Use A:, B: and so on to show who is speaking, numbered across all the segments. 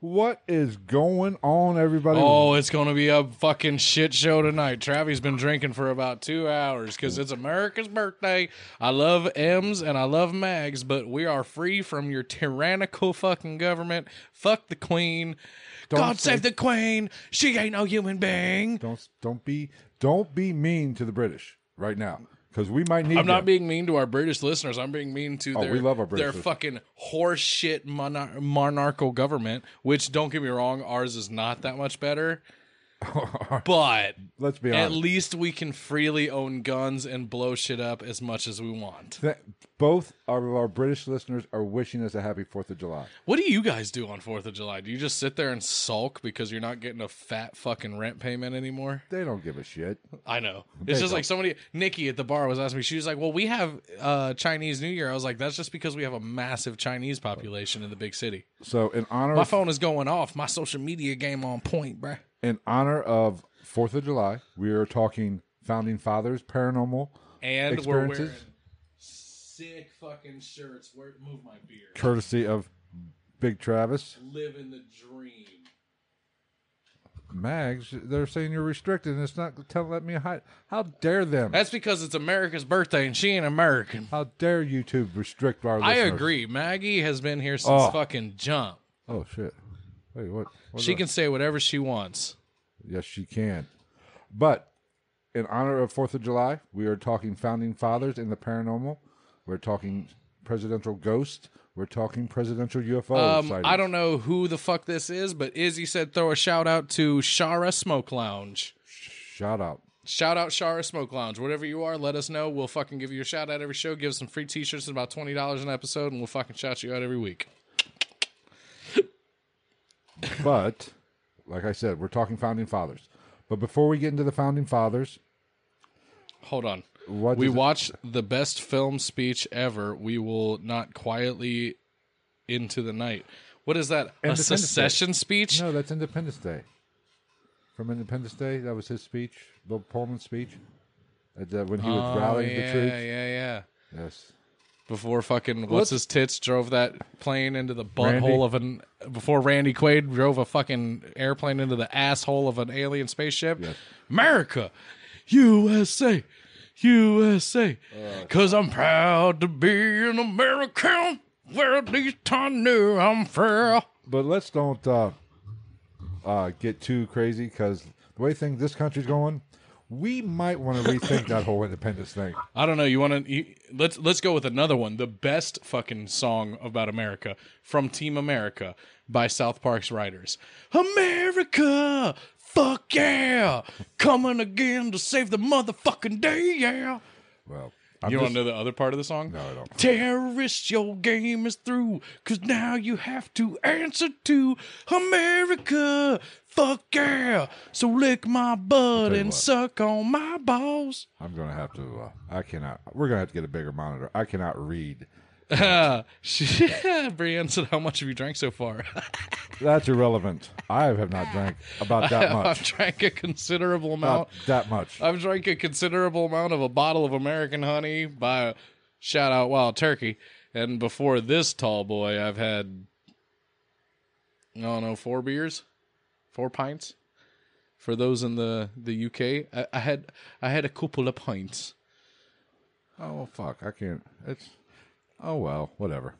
A: What is going on, everybody?
B: Oh, it's going to be a fucking shit show tonight. Travi's been drinking for about two hours because it's America's birthday. I love M's and I love Mags, but we are free from your tyrannical fucking government. Fuck the queen. God
A: say-
B: save the queen. She ain't no human being.
A: don't don't be don't be mean to the British right now because we might need. them.
B: I'm not being mean to our British listeners. I'm being mean to
A: Oh,
B: their,
A: we love our British
B: their
A: listeners.
B: fucking horseshit monar- monarchical government, which, don't get me wrong, ours is not that much better. But
A: Let's be
B: At
A: honest.
B: least we can freely own guns and blow shit up as much as we want.
A: Th- both of our British listeners are wishing us a happy Fourth of July.
B: What do you guys do on 4th of July? Do you just sit there and sulk because you're not getting a fat fucking rent payment anymore?
A: They don't give a shit.
B: I know. It's just like somebody, Nikki at the bar was asking me, she was like, Well, we have uh, Chinese New Year. I was like, That's just because we have a massive Chinese population in the big city.
A: So in honor
B: My
A: of,
B: phone is going off. My social media game on point, bruh.
A: in honor of Fourth of July, we are talking founding fathers, paranormal
B: And we're
A: experiences,
B: wearing sick fucking shirts. Where, move my beard.
A: courtesy of Big Travis.
B: Living the dream.
A: Mags, they're saying you're restricted, and it's not tell let me hide. How dare them?
B: That's because it's America's birthday and she ain't American.
A: How dare you to restrict our?
B: I
A: listeners?
B: agree. Maggie has been here since
A: Oh.
B: fucking jump.
A: Oh shit! Wait, what? what
B: She
A: the-
B: can say whatever she wants.
A: Yes, she can. But in honor of Fourth of July, we are talking founding fathers in the paranormal. We're talking presidential ghosts. We're talking presidential UFO.
B: Um,
A: sightings.
B: I don't know who the fuck this is, but Izzy said throw a shout out to Shara Smoke Lounge.
A: Shout out.
B: Shout out Shara Smoke Lounge. Whatever you are, let us know. We'll fucking give you a shout out every show. Give us some free t shirts at about $20 an episode, and we'll fucking shout you out every week.
A: But like I said, we're talking founding fathers. But before we get into the founding fathers,
B: Hold on.
A: What
B: we
A: is it?
B: watched the best film speech ever. We will not quietly into the night. What is that? A
A: Independence Day.
B: secession speech?
A: no, that's Independence Day. From Independence Day, that was his speech, Bill Pullman's speech, at the- when he was
B: Oh,
A: rallying
B: yeah,
A: the troops.
B: yeah, yeah.
A: Yes.
B: Before fucking what's his tits drove that plane into the
A: Randy?
B: butthole of an before Randy Quaid drove a fucking airplane into the asshole of an alien spaceship. America, USA, USA, because I'm proud to be an American. Where at least I knew I'm from.
A: but let's don't uh, uh, get too crazy because the way things this country's going, we might want to rethink that whole independence thing.
B: I don't know. You want to let's let's go with another one. The best fucking song about America from Team America by South Park's writers. America, fuck yeah, coming again to save the motherfucking day. Yeah.
A: Well, I'm
B: you
A: just,
B: want to know the other part of the song?
A: No, I don't.
B: Terrorist, your game is through, cause now you have to answer to America. Fuck yeah. So lick my butt
A: you
B: and
A: what.
B: suck on my balls.
A: I'm going to have to. Uh, I cannot. We're going to have to get a bigger monitor. I cannot read.
B: Uh, she, Brienne said, "How much have you drank so far?"
A: That's irrelevant. I have not drank about that
B: I've
A: much.
B: drank a considerable amount.
A: Not that much.
B: I've drank a considerable amount of a bottle of American honey by shout out Wild Turkey, and before this tall boy, I've had I don't know four beers, four pints. For those in the the UK, I, I had I had a couple of pints.
A: Oh fuck! I can't. It's. Oh well, whatever.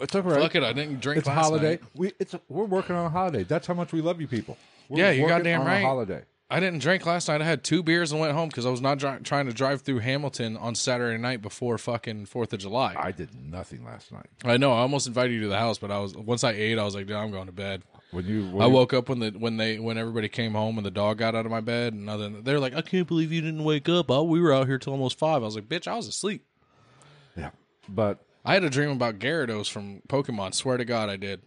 A: It's all right.
B: Look at I didn't drink.
A: It's a
B: last
A: holiday.
B: night.
A: We it's we're working on a holiday. That's how much we love you people. We're
B: Yeah, you're
A: working
B: goddamn
A: on
B: right.
A: A holiday.
B: I didn't drink last night. I had two beers and went home because I was not dri- trying to drive through Hamilton on Saturday night before fucking Fourth of July.
A: I did nothing last night.
B: I, know. I almost invited you to the house, but I was once I ate, I was like, dude, I'm going to bed.
A: When you, when
B: I
A: you-
B: woke up when the when they when everybody came home and the dog got out of my bed and other than, they're like, I can't believe you didn't wake up. Oh, we were out here till almost five. I was like, bitch, I was asleep.
A: yeah. But
B: I had a dream about Gyarados from Pokemon. Swear to God, I did.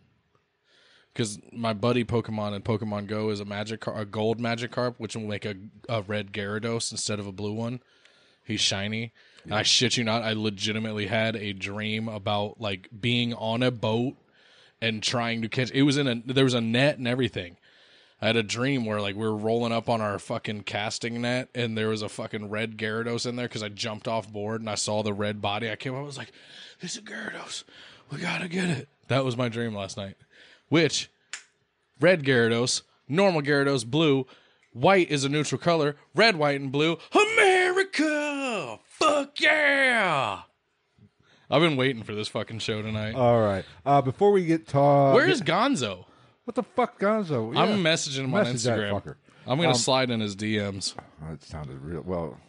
B: Because my buddy Pokemon in Pokemon Go is a magic a gold Magikarp, which will make a a red Gyarados instead of a blue one. He's shiny. And I shit you not, I legitimately had a dream about like being on a boat and trying to catch. It was in a there was a net and everything. I had a dream where like we were rolling up on our fucking casting net and there was a fucking red Gyarados in there because I jumped off board and I saw the red body. I came up, I was like, "This is Gyarados. We gotta get it." That was my dream last night. Which red Gyarados, normal Gyarados, blue, white is a neutral color, red, white, and blue. America, fuck yeah! I've been waiting for this fucking show tonight.
A: all right. Uh, before we get talk,
B: Where is Gonzo?
A: what the fuck, Gonzo? Yeah.
B: I'm messaging him
A: Message
B: on
A: that
B: Instagram.
A: fucker. Um,
B: I'm gonna slide in his DMs.
A: Oh, That sounded real. Well,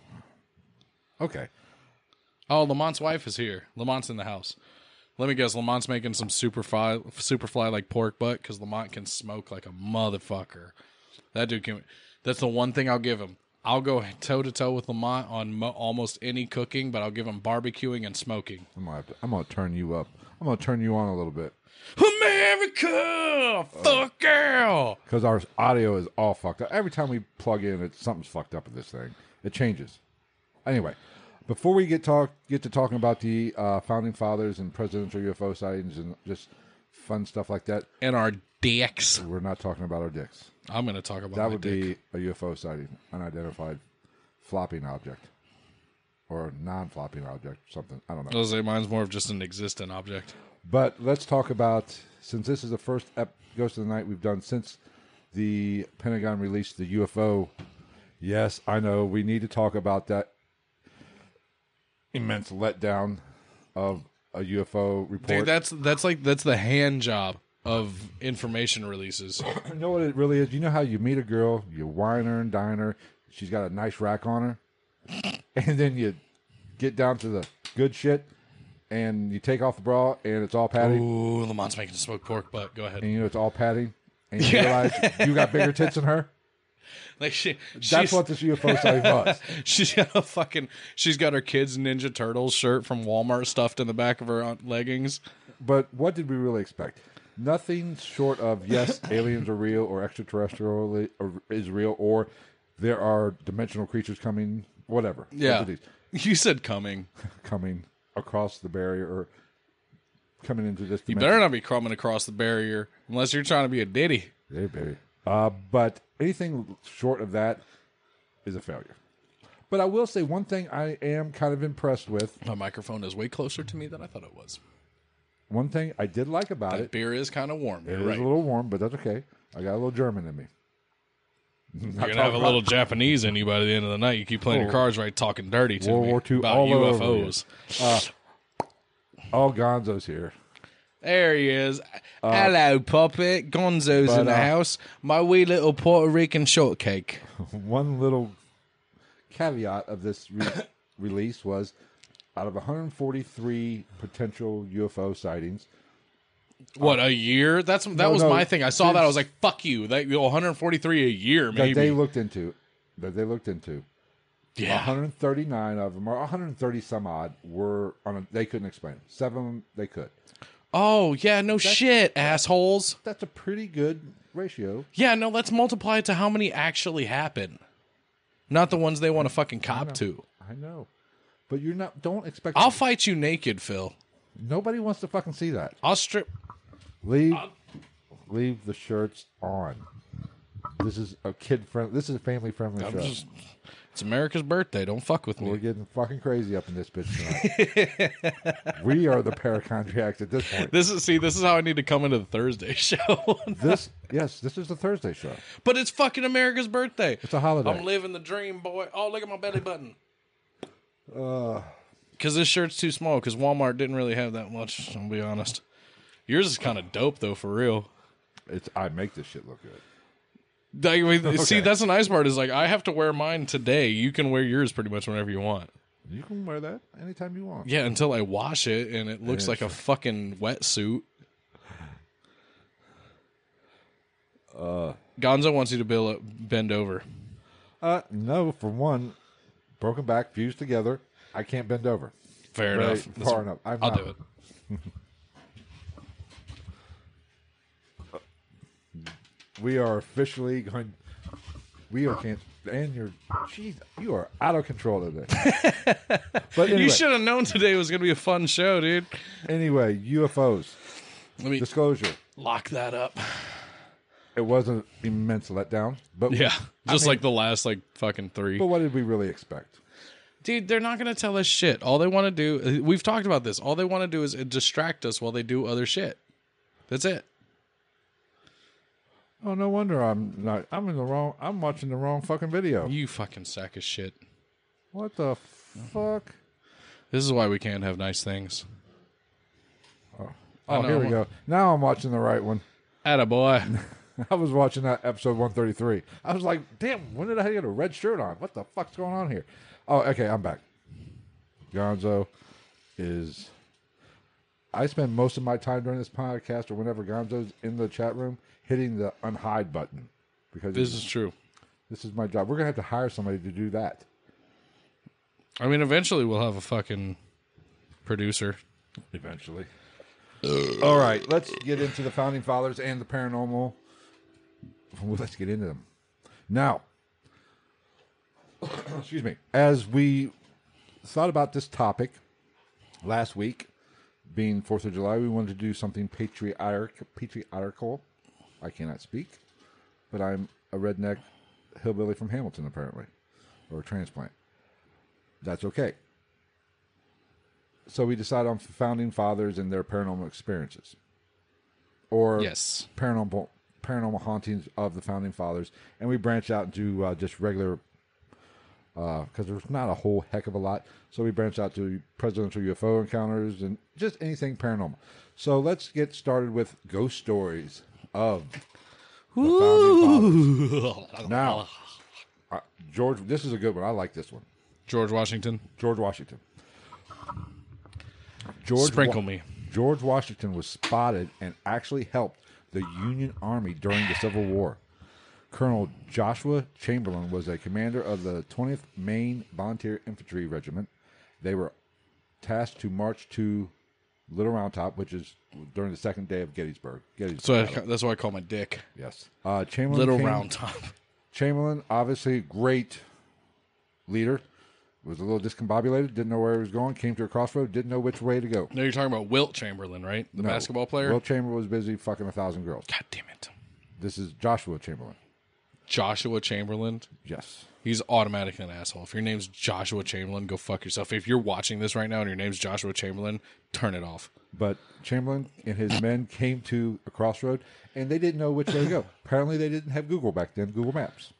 A: okay.
B: Oh, Lamont's wife is here. Lamont's in the house. Let me guess. Lamont's making some super fly, super fly like pork butt because Lamont can smoke like a motherfucker. That dude can. That's the one thing I'll give him. I'll go toe to toe with Lamont on mo- almost any cooking, but I'll give him barbecuing and smoking.
A: I'm gonna, have to, I'm gonna turn you up. I'm gonna turn you on a little bit
B: America, fuck yeah!
A: because our audio is all fucked up. Every time we plug in, it's something's fucked up with this thing. It changes. Anyway, before we get talk get to talking about the uh, founding fathers and presidential UFO sightings and just fun stuff like that,
B: And our dicks.
A: we're not talking about our dicks.
B: I'm gonna talk about
A: That
B: my
A: would
B: dick.
A: be a UFO sighting, unidentified flopping object, or non-flopping object, something. I don't know.
B: I'll say mine's more of just an existent object.
A: But let's talk about since this is the first ep- Ghost of the Night we've done since the Pentagon released the UFO. Yes, I know we need to talk about that immense letdown of a UFO report.
B: Dude, that's that's like that's the hand job of information releases.
A: you know what it really is. You know how you meet a girl, you wine her and dine her. She's got a nice rack on her, and then you get down to the good shit, and you take off the bra, and it's all padding.
B: Ooh, Lamont's making a smoked pork butt. Go ahead.
A: and you know it's all padding, and you realize you got bigger tits than her.
B: Like she,
A: That's
B: she's,
A: what this UFO sighting was.
B: she's got a fucking. She's got her kids Ninja Turtles shirt from Walmart stuffed in the back of her uh, leggings.
A: But what did we really expect? Nothing short of yes, aliens are real, or extraterrestrial or- is real, or there are dimensional creatures coming, whatever.
B: Yeah,
A: entities
B: you said coming.
A: coming across the barrier or coming into this.
B: You
A: Dimension.
B: better not be crumbing across the barrier unless you're trying to be a ditty.
A: Hey, baby. Uh, but anything short of that is a failure. But I will say one thing I am kind of impressed with.
B: My microphone is way closer to me than I thought it was.
A: One thing I did like about it
B: That beer is kind of warm. You're
A: It is
B: right.
A: a little warm, but that's okay. I got a little German in me.
B: You're gonna have a little Japanese in you by the end of the night. You keep playing your cards right, talking dirty to
A: World
B: me
A: War II
B: about
A: all over
B: UFOs.
A: All Gonzo's here.
B: There he is. Hello, puppet. Gonzo's in the
A: uh,
B: house. My wee little Puerto Rican shortcake.
A: One little caveat of this re- release was out of 143 potential UFO sightings,
B: What a year? That's that was
A: no,
B: my thing. I saw that. I was
A: since-
B: like, "Fuck you." That you know, 143 a year,
A: that
B: maybe.
A: they looked into, that they looked into,
B: yeah.
A: 139 of them, or 130 some odd, were on. A, they couldn't explain. Seven of them they could.
B: Oh yeah. No shit, assholes.
A: That's a pretty good ratio.
B: Yeah. No. Let's multiply it to how many actually happen, not the ones they want to fucking cop to.
A: I know, but you're not. Don't expect.
B: I'll fight you naked, Phil.
A: nobody wants to fucking see that.
B: I'll strip.
A: Leave, leave the shirts on. This is a kid friend. This is a family friendly show.
B: just- It's America's birthday. Don't fuck with
A: We're
B: me.
A: getting fucking crazy up in this bitch tonight. we are the paracontriacs at this point.
B: This is see. This is how I need to come into the Thursday show.
A: This, yes, this is the Thursday show.
B: But it's fucking America's birthday.
A: It's a holiday.
B: I'm living the dream, boy. Oh, look at my belly button.
A: Uh.
B: Because this shirt's too small, because Walmart didn't really have that much, I'll be honest. Yours is kind of dope, though, for real.
A: It's I make this shit look good.
B: Like, we- See,
A: Okay.
B: that's the nice part is like, I have to wear mine today. You can wear yours pretty much whenever you want.
A: You can wear that anytime you want.
B: Yeah, until I wash it and it looks
A: Yeah,
B: like a fucking wetsuit. Gonzo wants you to bill- bend over.
A: Uh, no, for one, broken back fused together. I can't bend over.
B: Fair
A: Very
B: enough. That's-
A: far enough. I'm
B: I'll
A: not.
B: do it.
A: We are officially going. We are can't. And you're, jeez, you are out of control today. but anyway,
B: You should have known today was going to be a fun show, dude.
A: anyway, UFOs
B: Let me
A: disclosure.
B: lock that up.
A: It was an immense letdown, but
B: Yeah, just like the last like fucking three.
A: But what did we really expect?
B: Dude, they're not going to tell us shit. All they want to do, uh, we've talked about this. All they want to do is uh, distract us while they do other shit. That's it.
A: Oh, no wonder I'm not. I'm in the wrong. I'm watching the wrong fucking video.
B: You fucking sack of shit.
A: What the fuck?
B: This is why we can't have nice things.
A: Oh,
B: know.
A: here we go. Now I'm watching the right one.
B: Atta boy.
A: I was watching that episode 133. I was like, damn, when did I get a red shirt on? What the fuck's going on here? Oh, okay, I'm back. Gonzo is. I spend most of my time during this podcast or whenever Gonzo's in the chat room hitting the unhide button because
B: this is true.
A: this is my job. We're going to have to hire somebody to do that.
B: I mean, eventually we'll have a fucking producer.
A: eventually. All right, let's get into the founding fathers and the paranormal. Well, let's get into them now. excuse me. As we thought about this topic last week, being Fourth of July, we wanted to do something patriotic, patriarchal. I cannot speak, but I'm a redneck hillbilly from Hamilton, apparently, or a transplant. That's okay so we decide on founding fathers and their paranormal experiences or
B: Yes.
A: paranormal paranormal hauntings of the founding fathers and we branch out into uh, just regular because there's not a whole heck of a lot so we branch out to presidential ufo encounters and just anything paranormal so let's get started with ghost stories of the founding fathers. now uh, george this is a good one i like this one
B: George Washington.
A: George Washington. George
B: Sprinkle me.
A: George Washington was spotted and actually helped the Union Army during the Civil War. Colonel Joshua Chamberlain was a commander of the 20th Maine Volunteer Infantry Regiment. They were tasked to march to Little Round Top, which is during the second day of Gettysburg. Gettysburg.
B: So I, that's why I call my dick
A: yes. Uh, Chamberlain
B: Little
A: came-
B: Round Top.
A: Chamberlain, obviously great leader, was a little discombobulated, didn't know where he was going, came to a crossroad, didn't know which way to go.
B: No, you're talking about Wilt Chamberlain, right? The
A: No.
B: basketball player.
A: Will Chamberlain was busy fucking a thousand girls.
B: God damn it.
A: This is Joshua Chamberlain.
B: Joshua Chamberlain.
A: Yes.
B: He's automatically an asshole. If your name's Joshua Chamberlain, go fuck yourself. If you're watching this right now and your name's Joshua Chamberlain, turn it off.
A: But Chamberlain and his men came to a crossroad and they didn't know which way to go. Apparently, they didn't have Google back then, Google Maps.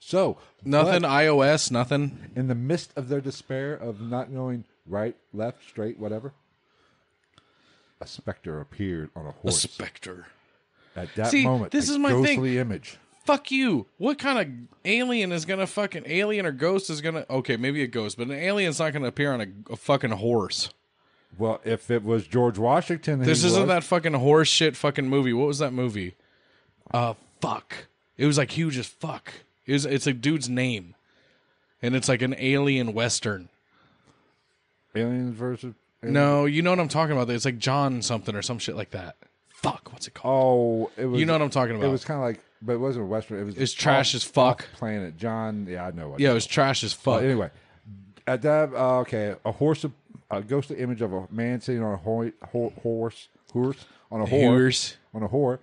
A: So,
B: Nothing iOS, nothing.
A: in the midst of their despair of not knowing right, left, straight, whatever, a specter appeared on a
B: A
A: horse.
B: specter.
A: At that
B: See,
A: moment,
B: this
A: a
B: is my thing.
A: ghostly image.
B: Fuck you. What kind of alien is gonna fucking alien or ghost is gonna okay, maybe a ghost, but an alien's not gonna appear on a, a fucking horse.
A: Well, if it was George Washington,
B: This isn't that fucking horse shit fucking movie. What was that movie? Uh fuck. It was like huge as fuck. It was, it's a dude's name. And it's like an alien western.
A: aliens versus.
B: No, you know what I'm talking about. It's like John something or some shit like that. Fuck, what's it called?
A: Oh, it was.
B: You know what I'm talking about.
A: It was kind of like, but it wasn't Western. It was.
B: It's trash
A: off-
B: as fuck.
A: off Planet John. Yeah, I know. What
B: yeah, it was trash as fuck.
A: But anyway, at that uh, okay, a horse, a ghostly image of a man sitting on a ho- ho- horse, horse on a horse,
B: Horse.
A: on a whore.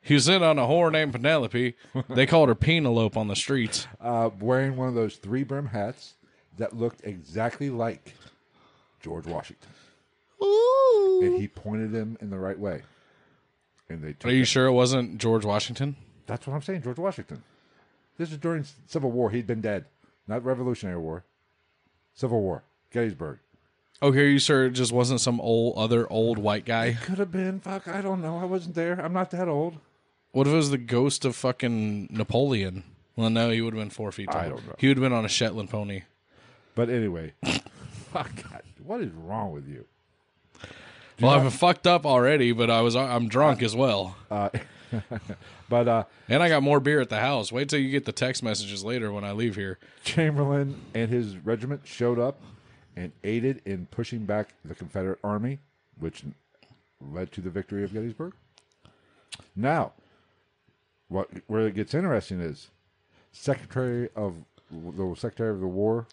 B: he was in on a whore named Penelope. they called her Penelope on the streets.
A: uh, wearing one of those three brim hats that looked exactly like George Washington. And he pointed them in the right way. And they
B: Are
A: took
B: you sure it wasn't George Washington?
A: That's what I'm saying, George Washington. This is during Civil War. He'd been dead. Not Revolutionary War. Civil War. Gettysburg.
B: Okay, are you sure it just wasn't some old other old white guy?
A: Could have been. Fuck, I don't know. I wasn't there. I'm not that old.
B: What if it was the ghost of fucking Napoleon? Well, no, he would have been four feet tall.
A: I don't know.
B: He would have been on a Shetland pony.
A: But anyway. fuck, God, what is wrong with you?
B: well, I've fucked up already, but I was I'm drunk as well.
A: Uh, But uh,
B: And I got more beer at the house. Wait till you get the text messages later when I leave here.
A: Chamberlain and his regiment showed up and aided in pushing back the Confederate army, which led to the victory of Gettysburg. Now, what where it gets interesting is Secretary of the Secretary of the War,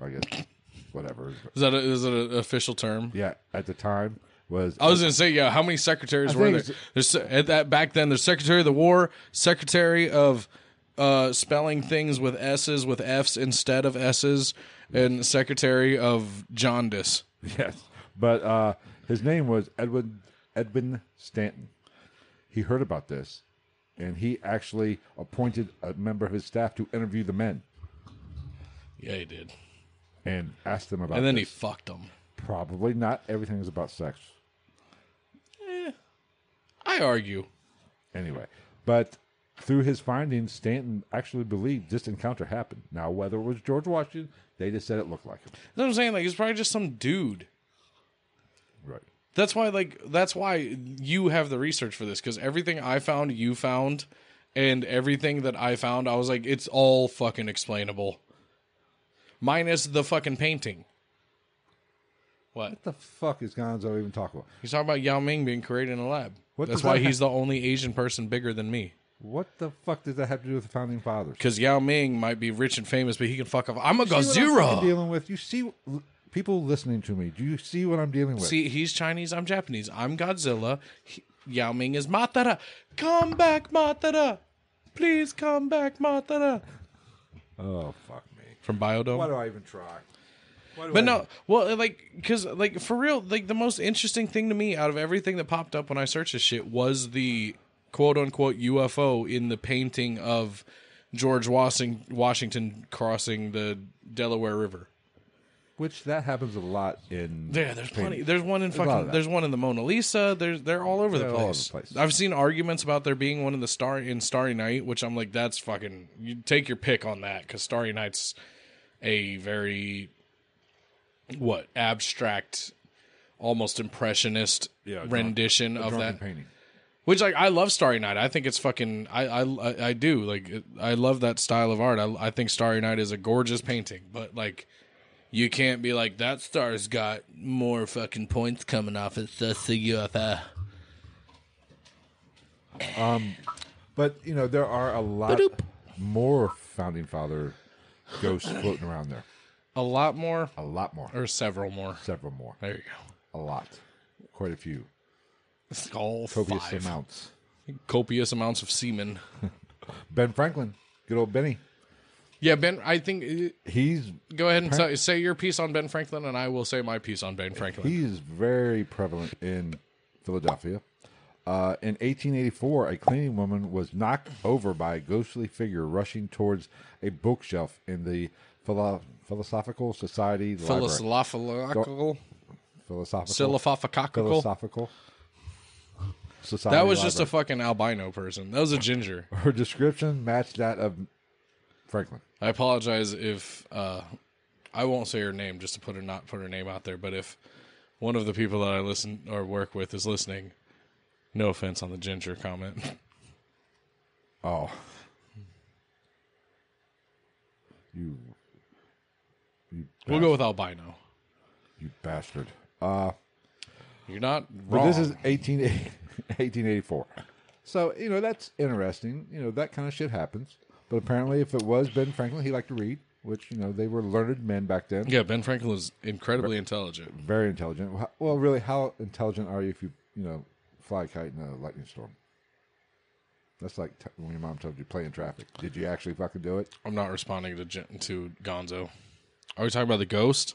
A: I guess, whatever.
B: Is that a, is that an official term?
A: Yeah, at the time was
B: I was gonna say, yeah. How many secretaries were
A: think
B: there?
A: it's-
B: There's at that back then. There's Secretary of the War, Secretary of uh, spelling things with s's with f's instead of s's, and Secretary of jaundice.
A: Yes, but uh, his name was Edwin Edwin Stanton. He heard about this, and he actually appointed a member of his staff to interview the men
B: Yeah, he did.
A: and ask them about.
B: And then he
A: this.
B: fucked them.
A: probably not everything is about sex,
B: I argue.
A: anyway. But through his findings, Stanton actually believed this encounter happened. Now, whether it was George Washington, they just said it looked like him.
B: You know what I'm saying? Like he's probably just some dude.
A: Right.
B: That's why, like, that's why you have the research for this because everything I found, you found, and everything that I found, I was like, it's all fucking explainable, minus the fucking painting. What?
A: What the fuck is Gonzo even talking about?
B: He's talking about Yao Ming being created in a lab.
A: What
B: that's
A: does that
B: why
A: have-
B: he's the only Asian person bigger than me.
A: What the fuck does that have to do with the founding fathers?
B: Because Yao Ming might be rich and famous, but he can fuck off. I'm a
A: See what I'm fucking
B: Gazira.
A: dealing with you see l- people listening to me. Do you see what I'm dealing with?
B: See, he's Chinese. I'm Japanese. I'm Godzilla. He, Yao Ming is Matara. Come back, Matara. Please come back, Matara.
A: Oh fuck me!
B: from Biodome.
A: Why do I even try? Why do
B: but
A: I
B: no,
A: even-
B: well, like, because, like, for real, like, the most interesting thing to me out of everything that popped up when I searched this shit was the quote unquote UFO in the painting of George Washing- Washington crossing the Delaware River.
A: which that happens a lot in
B: Yeah, there's plenty.
A: paintings.
B: There's one in
A: a lot of
B: fucking.
A: that.
B: There's one in the Mona Lisa. There's they're all over, the
A: They're
B: place.
A: all over the place.
B: I've seen arguments about there being one in the Star in Starry Night, which I'm like, that's fucking. You take your pick on that because Starry Night's a very what abstract, almost impressionist
A: Yeah, drunk-
B: rendition
A: a
B: of
A: drunken
B: that.
A: painting.
B: Which like I love Starry Night. I think it's fucking. I I I- I do like. it- I love that style of art. I I think Starry Night is a gorgeous painting, but like. You can't be like that star's got more fucking points coming off it. That's the UFO.
A: But you know there are a lot more founding father ghosts floating around there.
B: A lot more,
A: A lot more,
B: or several more.
A: several more,
B: There you go.
A: a lot, quite a few,
B: It's all
A: copious
B: five.
A: amounts.
B: Copious amounts of semen.
A: Ben Franklin, good old Benny.
B: Yeah, Ben. I think. uh,
A: He's
B: Go ahead and say say your piece on Ben Franklin, and I will say my piece on Ben Franklin.
A: He is very prevalent in Philadelphia. Uh, in 1884, a cleaning woman was knocked over by a ghostly figure rushing towards a bookshelf in the Philo- Philosophical Society Library.
B: Philosophical,
A: Philosophical.
B: philosophical.
A: Philosophical. Society
B: That was just a
A: Library.
B: fucking albino person. That was a ginger.
A: Her description matched that of Franklin.
B: I apologize if uh, I won't say her name just to put her not put her name out there. But if one of the people that I listen or work with is listening, no offense on the ginger comment.
A: Oh. You, you,
B: We'll go with albino.
A: you bastard. Uh,
B: You're not
A: But
B: wrong.
A: this is 18, 1884. So, you know, that's interesting. You know, that kind of shit happens. But apparently, if it was Ben Franklin, he liked to read, which, you know, they were learned men back then.
B: yeah. Ben Franklin is incredibly intelligent.
A: Very intelligent. Wh- Well, really, how intelligent are you if you, you know, fly a kite in a lightning storm? That's like t- when your mom told you play in traffic. Did you actually fucking do it?
B: I'm not responding to Gen- to Gonzo. Are we talking about the ghost?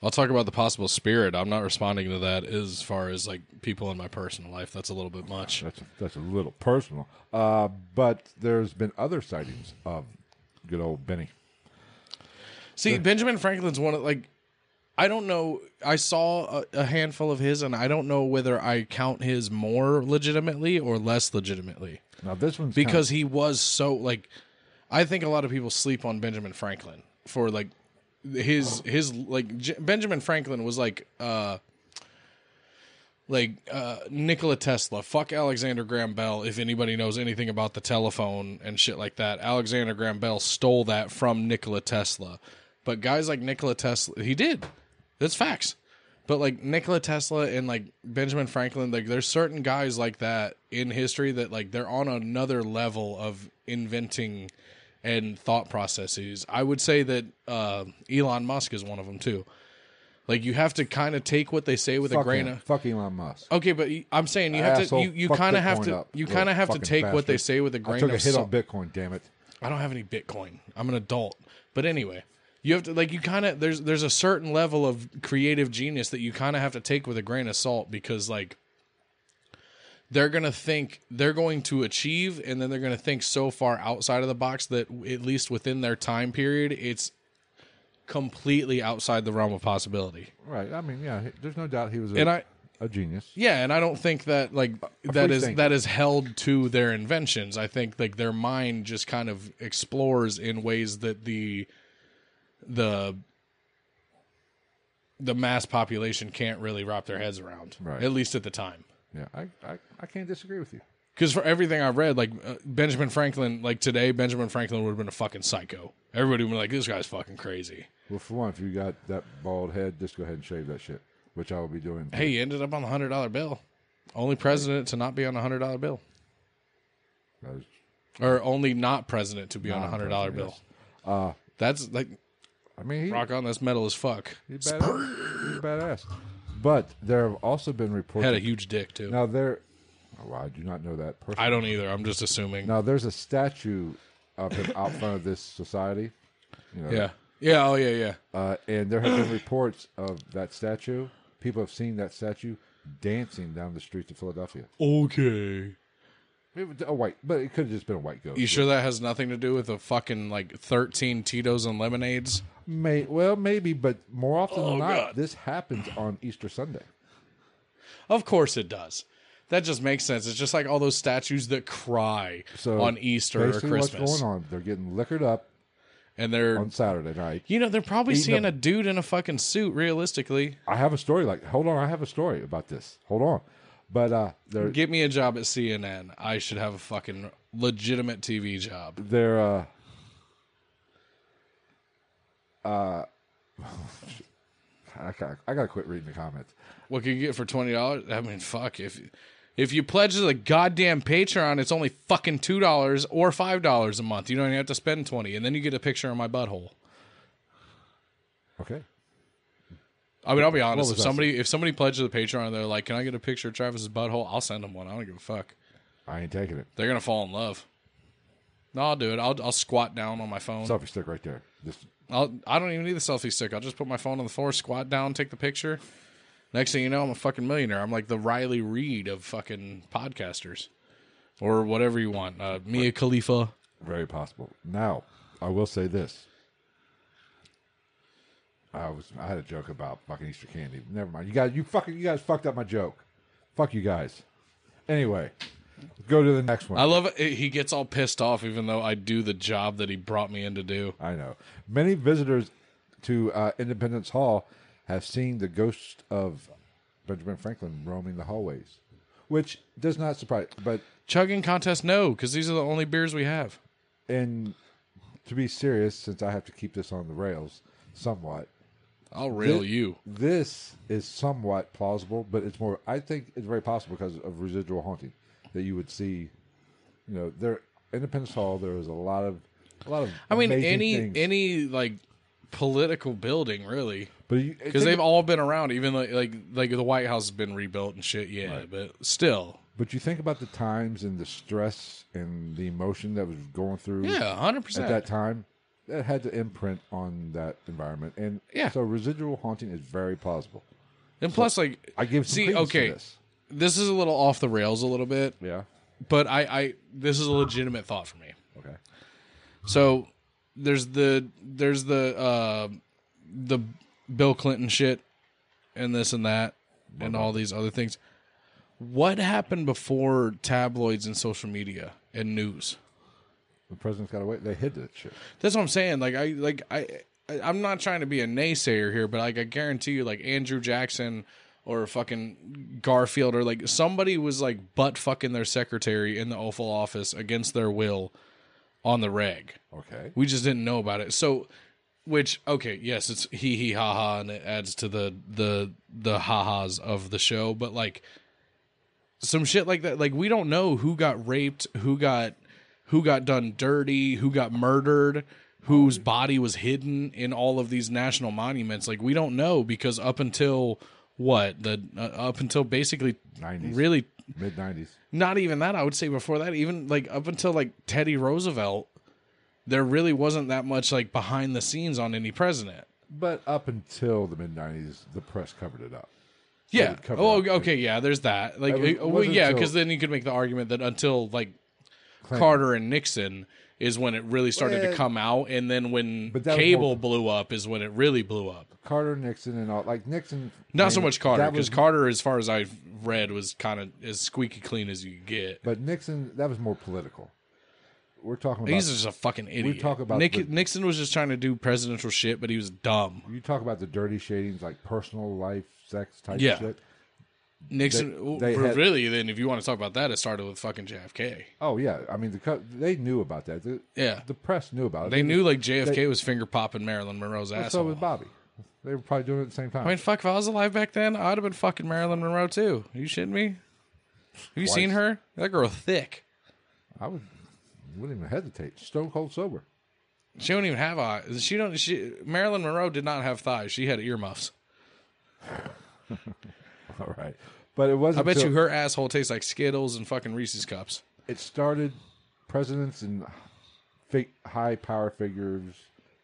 B: I'll talk about the possible spirit. I'm not responding to that as far as like people in my personal life. That's a little bit much.
A: That's a, that's a little personal. Uh, but there's been other sightings of good old Benny.
B: See, Benjamin Franklin's one of like I don't know. I saw a, a handful of his, and I don't know whether I count his more legitimately or less legitimately
A: Now, this one's kinda-
B: because he was so like. I think a lot of people sleep on Benjamin Franklin for like his his like J- Benjamin Franklin was like uh like uh, Nikola Tesla, fuck Alexander Graham Bell. If anybody knows anything about the telephone and shit like that, Alexander Graham Bell stole that from Nikola Tesla. But guys like Nikola Tesla, he did. That's facts. But like Nikola Tesla and like Benjamin Franklin, like there's certain guys like that in history that like they're on another level of inventing and thought processes. I would say that uh, Elon Musk is one of them too. Like you have to kind of take what they say with a
A: fuck
B: grain
A: him.
B: of
A: Fuck Elon Musk.
B: Okay, but you- I'm saying you have
A: Asshole,
B: to. You, you
A: fuck
B: kind of have
A: Bitcoin
B: to.
A: up,
B: You
A: little
B: kind of have to
A: fucking
B: take what they
A: bastard.
B: say with a
A: I
B: grain
A: took a
B: of
A: hit
B: salt.
A: on Bitcoin. Damn it.
B: I don't have any Bitcoin. I'm an adult. But anyway, you have to like you kind of there's there's a certain level of creative genius that you kind of have to take with a grain of salt because like they're going to think they're going to achieve and then they're going to think so far outside of the box that w- at least within their time period it's completely outside the realm of possibility.
A: Right. I mean, yeah. he- There's no doubt he was a,
B: And I-
A: a genius.
B: Yeah, and I don't think that like that
A: free
B: is
A: thinker.
B: that is held to their inventions. I think like their mind just kind of explores in ways that the the the mass population can't really wrap their heads around,
A: Right.
B: at least at the time.
A: Yeah. I, I, I can't disagree with you.
B: Because for everything I read, like uh, Benjamin Franklin, like today, Benjamin Franklin would have been a fucking psycho. Everybody would be like, "This guy's fucking crazy."
A: Well, for one, if you got that bald head, just go ahead and shave that shit, which I will be doing.
B: Hey, he ended up on the hundred dollar bill. Only president to not be on a hundred dollar bill,
A: That is-
B: or only not president to be on a hundred dollar
A: Non-president,
B: bill.
A: Uh,
B: That's like
A: I mean, he,
B: rock on. That's metal as fuck.
A: he's, badass. he's badass. But there have also been reports.
B: Had a huge dick too.
A: now, there. Oh, I do not know that person.
B: I don't either. I'm just assuming.
A: Now, there's a statue of him out front of this society. You know,
B: Yeah. Yeah. Oh yeah. Yeah.
A: Uh, and there have been reports of that statue. People have seen that statue dancing down the streets of Philadelphia.
B: Okay.
A: It was a white, but it could have just been a white ghost.
B: You sure that has nothing to do with the fucking like 13 Tito's and lemonades?
A: May, well, maybe, but more often
B: Oh,
A: than not,
B: God.
A: this happens on Easter Sunday.
B: Of course it does. That just makes sense. It's just like all those statues that cry
A: So
B: on Easter or
A: basically what's
B: Christmas,
A: going on? They're getting liquored up
B: and they're
A: on Saturday night.
B: you know they're probably
A: Eating
B: seeing
A: a-
B: a dude in a fucking suit. Realistically,
A: I have a story. Like, hold on, I have a story about this. Hold on, but uh, they're
B: get me a job at CNN. I should have a fucking legitimate TV job.
A: they're uh, uh, uh, I gotta, I gotta quit reading the comments.
B: What can you get for twenty dollars? I mean, fuck if if you pledge to the goddamn Patreon, it's only fucking two dollars or five dollars a month. You don't even have to spend twenty, and then you get a picture of my butthole.
A: Okay,
B: I mean, I'll be honest.
A: was
B: If
A: that?
B: somebody if somebody pledges to the Patreon, they're like, "Can I get a picture of Travis's butthole?" I'll send them one. I don't give a fuck.
A: I ain't taking it.
B: They're gonna fall in love. No, I'll do it. I'll I'll squat down on my phone.
A: Selfie stick right there. This
B: I'll, I don't even need the selfie stick. I'll just put my phone on the floor, squat down, take the picture. Next thing you know, I'm a fucking millionaire. I'm like the Riley Reed of fucking podcasters, or whatever you want. Uh, Mia Khalifa.
A: very possible. Now, I will say this. I was I had a joke about fucking Easter candy. Never mind. You guys, you fucking you guys fucked up my joke. Fuck you guys. Anyway, go to the next one.
B: I love it. He gets all pissed off, even though I do the job that he brought me in to do.
A: I know. Many visitors to uh, Independence Hall have seen the ghost of Benjamin Franklin roaming the hallways, which does not surprise. But
B: Chugging contest, no, because these are the only beers we have.
A: and to be serious, since I have to keep this on the rails somewhat,
B: I'll rail
A: Thi-
B: you.
A: This is somewhat plausible, but it's more. I think it's very possible because of residual haunting that you would see. You know, there Independence Hall. There was a lot of, a lot of.
B: I mean,
A: amazing
B: any
A: things.
B: any like political building, really.
A: but you-
B: because they've all been around. Even like like like the White House has been rebuilt and shit. Yeah, but still,
A: But you think about the times and the stress and the emotion that was going through
B: yeah, hundred
A: at that
B: percent.
A: time. That had to imprint on that environment, and
B: Yeah.
A: so residual haunting is very plausible.
B: And plus, like
A: I give some
B: see,
A: credence to
B: okay,
A: this.
B: this is a little off the rails a little bit,
A: Yeah.
B: but I I this is a legitimate thought for me.
A: Okay.
B: So there's the there's the uh the Bill Clinton shit and this and that and all these other things. What happened before tabloids and social media and news?
A: The president's got to wait. They hid that shit.
B: That's what I'm saying. Like I like I I- I'm not trying to be a naysayer here, but like I guarantee you, like Andrew Jackson, or fucking Garfield or like somebody was like butt fucking their secretary in the Oval office against their will on the reg.
A: Okay.
B: We just didn't know about it. So, which okay, yes, it's hee hee ha ha, and it adds to the the the ha ha's of the show. But like some shit like that, like we don't know who got raped, who got who got done dirty, who got murdered, whose body was hidden in all of these national monuments. Like we don't know because up until what the uh, up until basically
A: 90s.
B: really
A: Mid 90s.
B: not even that i would say before that even like up until like teddy roosevelt there really wasn't that much like behind the scenes on any president
A: But up until the mid 90s, the press covered it up.
B: yeah
A: would cover
B: oh
A: up.
B: okay yeah there's that like
A: It was-
B: uh, well,
A: wasn't
B: yeah
A: until-
B: because then you could make the argument that until like
A: Clinton.
B: carter and nixon is when it really started
A: Well,
B: to come out and then when
A: But that was
B: cable
A: more-
B: blew up is when it really blew up
A: Carter, Nixon, and all. Like Nixon.
B: not
A: I
B: so
A: mean,
B: much carter
A: that
B: because
A: was-
B: carter as far as i've read was kind of as squeaky clean as you could get
A: But Nixon, that was more political. We're talking about.
B: He's just a fucking idiot.
A: talk about
B: Nick,
A: the-
B: Nixon was just trying to do presidential shit, but he was dumb.
A: you talk about the dirty shadings, like personal life, sex type
B: Yeah.
A: shit.
B: Nixon,
A: They- they
B: well,
A: had-
B: really, then if you want to talk about that, it started with fucking JFK.
A: Oh yeah, I mean the co- they knew about that. The,
B: Yeah.
A: the press knew about it.
B: They knew like JFK
A: they-
B: was finger popping Marilyn Monroe's
A: And
B: ass.
A: so was Bobby. They were probably doing it at the same time.
B: I mean, fuck, if I was alive back then, I would have been fucking Marilyn Monroe too. Are you shitting me? Have you seen
A: Twice.
B: her? That girl thick.
A: I would wouldn't even hesitate. Stone cold sober.
B: She don't even have eyes. She don't. She Marilyn Monroe did not have thighs. She had earmuffs.
A: All right, but it wasn't.
B: I bet
A: till-
B: you her asshole tastes like Skittles and fucking Reese's cups.
A: It started. Presidents and fake high power figures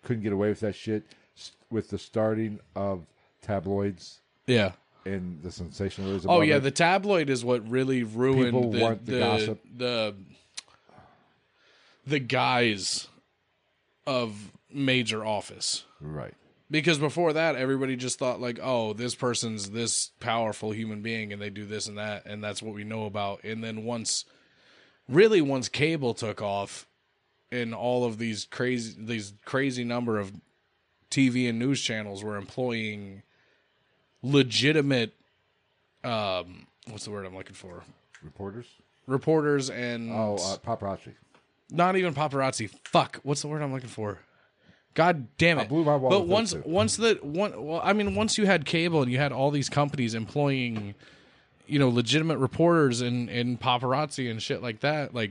A: couldn't get away with that shit. s- With the starting of tabloids
B: Yeah.
A: and the sensationalism.
B: Oh
A: of
B: yeah,
A: it.
B: the tabloid is what really
A: People
B: ruined the
A: want the
B: the,
A: gossip.
B: the the guise of major office.
A: right.
B: Because before that, everybody just thought like, "Oh, this person's this powerful human being, and they do this and that, and that's what we know about." And then once, really, once cable took off, and all of these crazy these crazy number of TV and news channels were employing legitimate, um, what's the word I'm looking for?
A: Reporters.
B: Reporters and
A: Oh, uh, paparazzi.
B: not even paparazzi. Fuck, what's the word I'm looking for? God damn it!
A: blew my wall
B: but
A: with
B: once,
A: those two.
B: once the one, well, I mean, once you had cable and you had all these companies employing, you know, legitimate reporters and and paparazzi and shit like that, like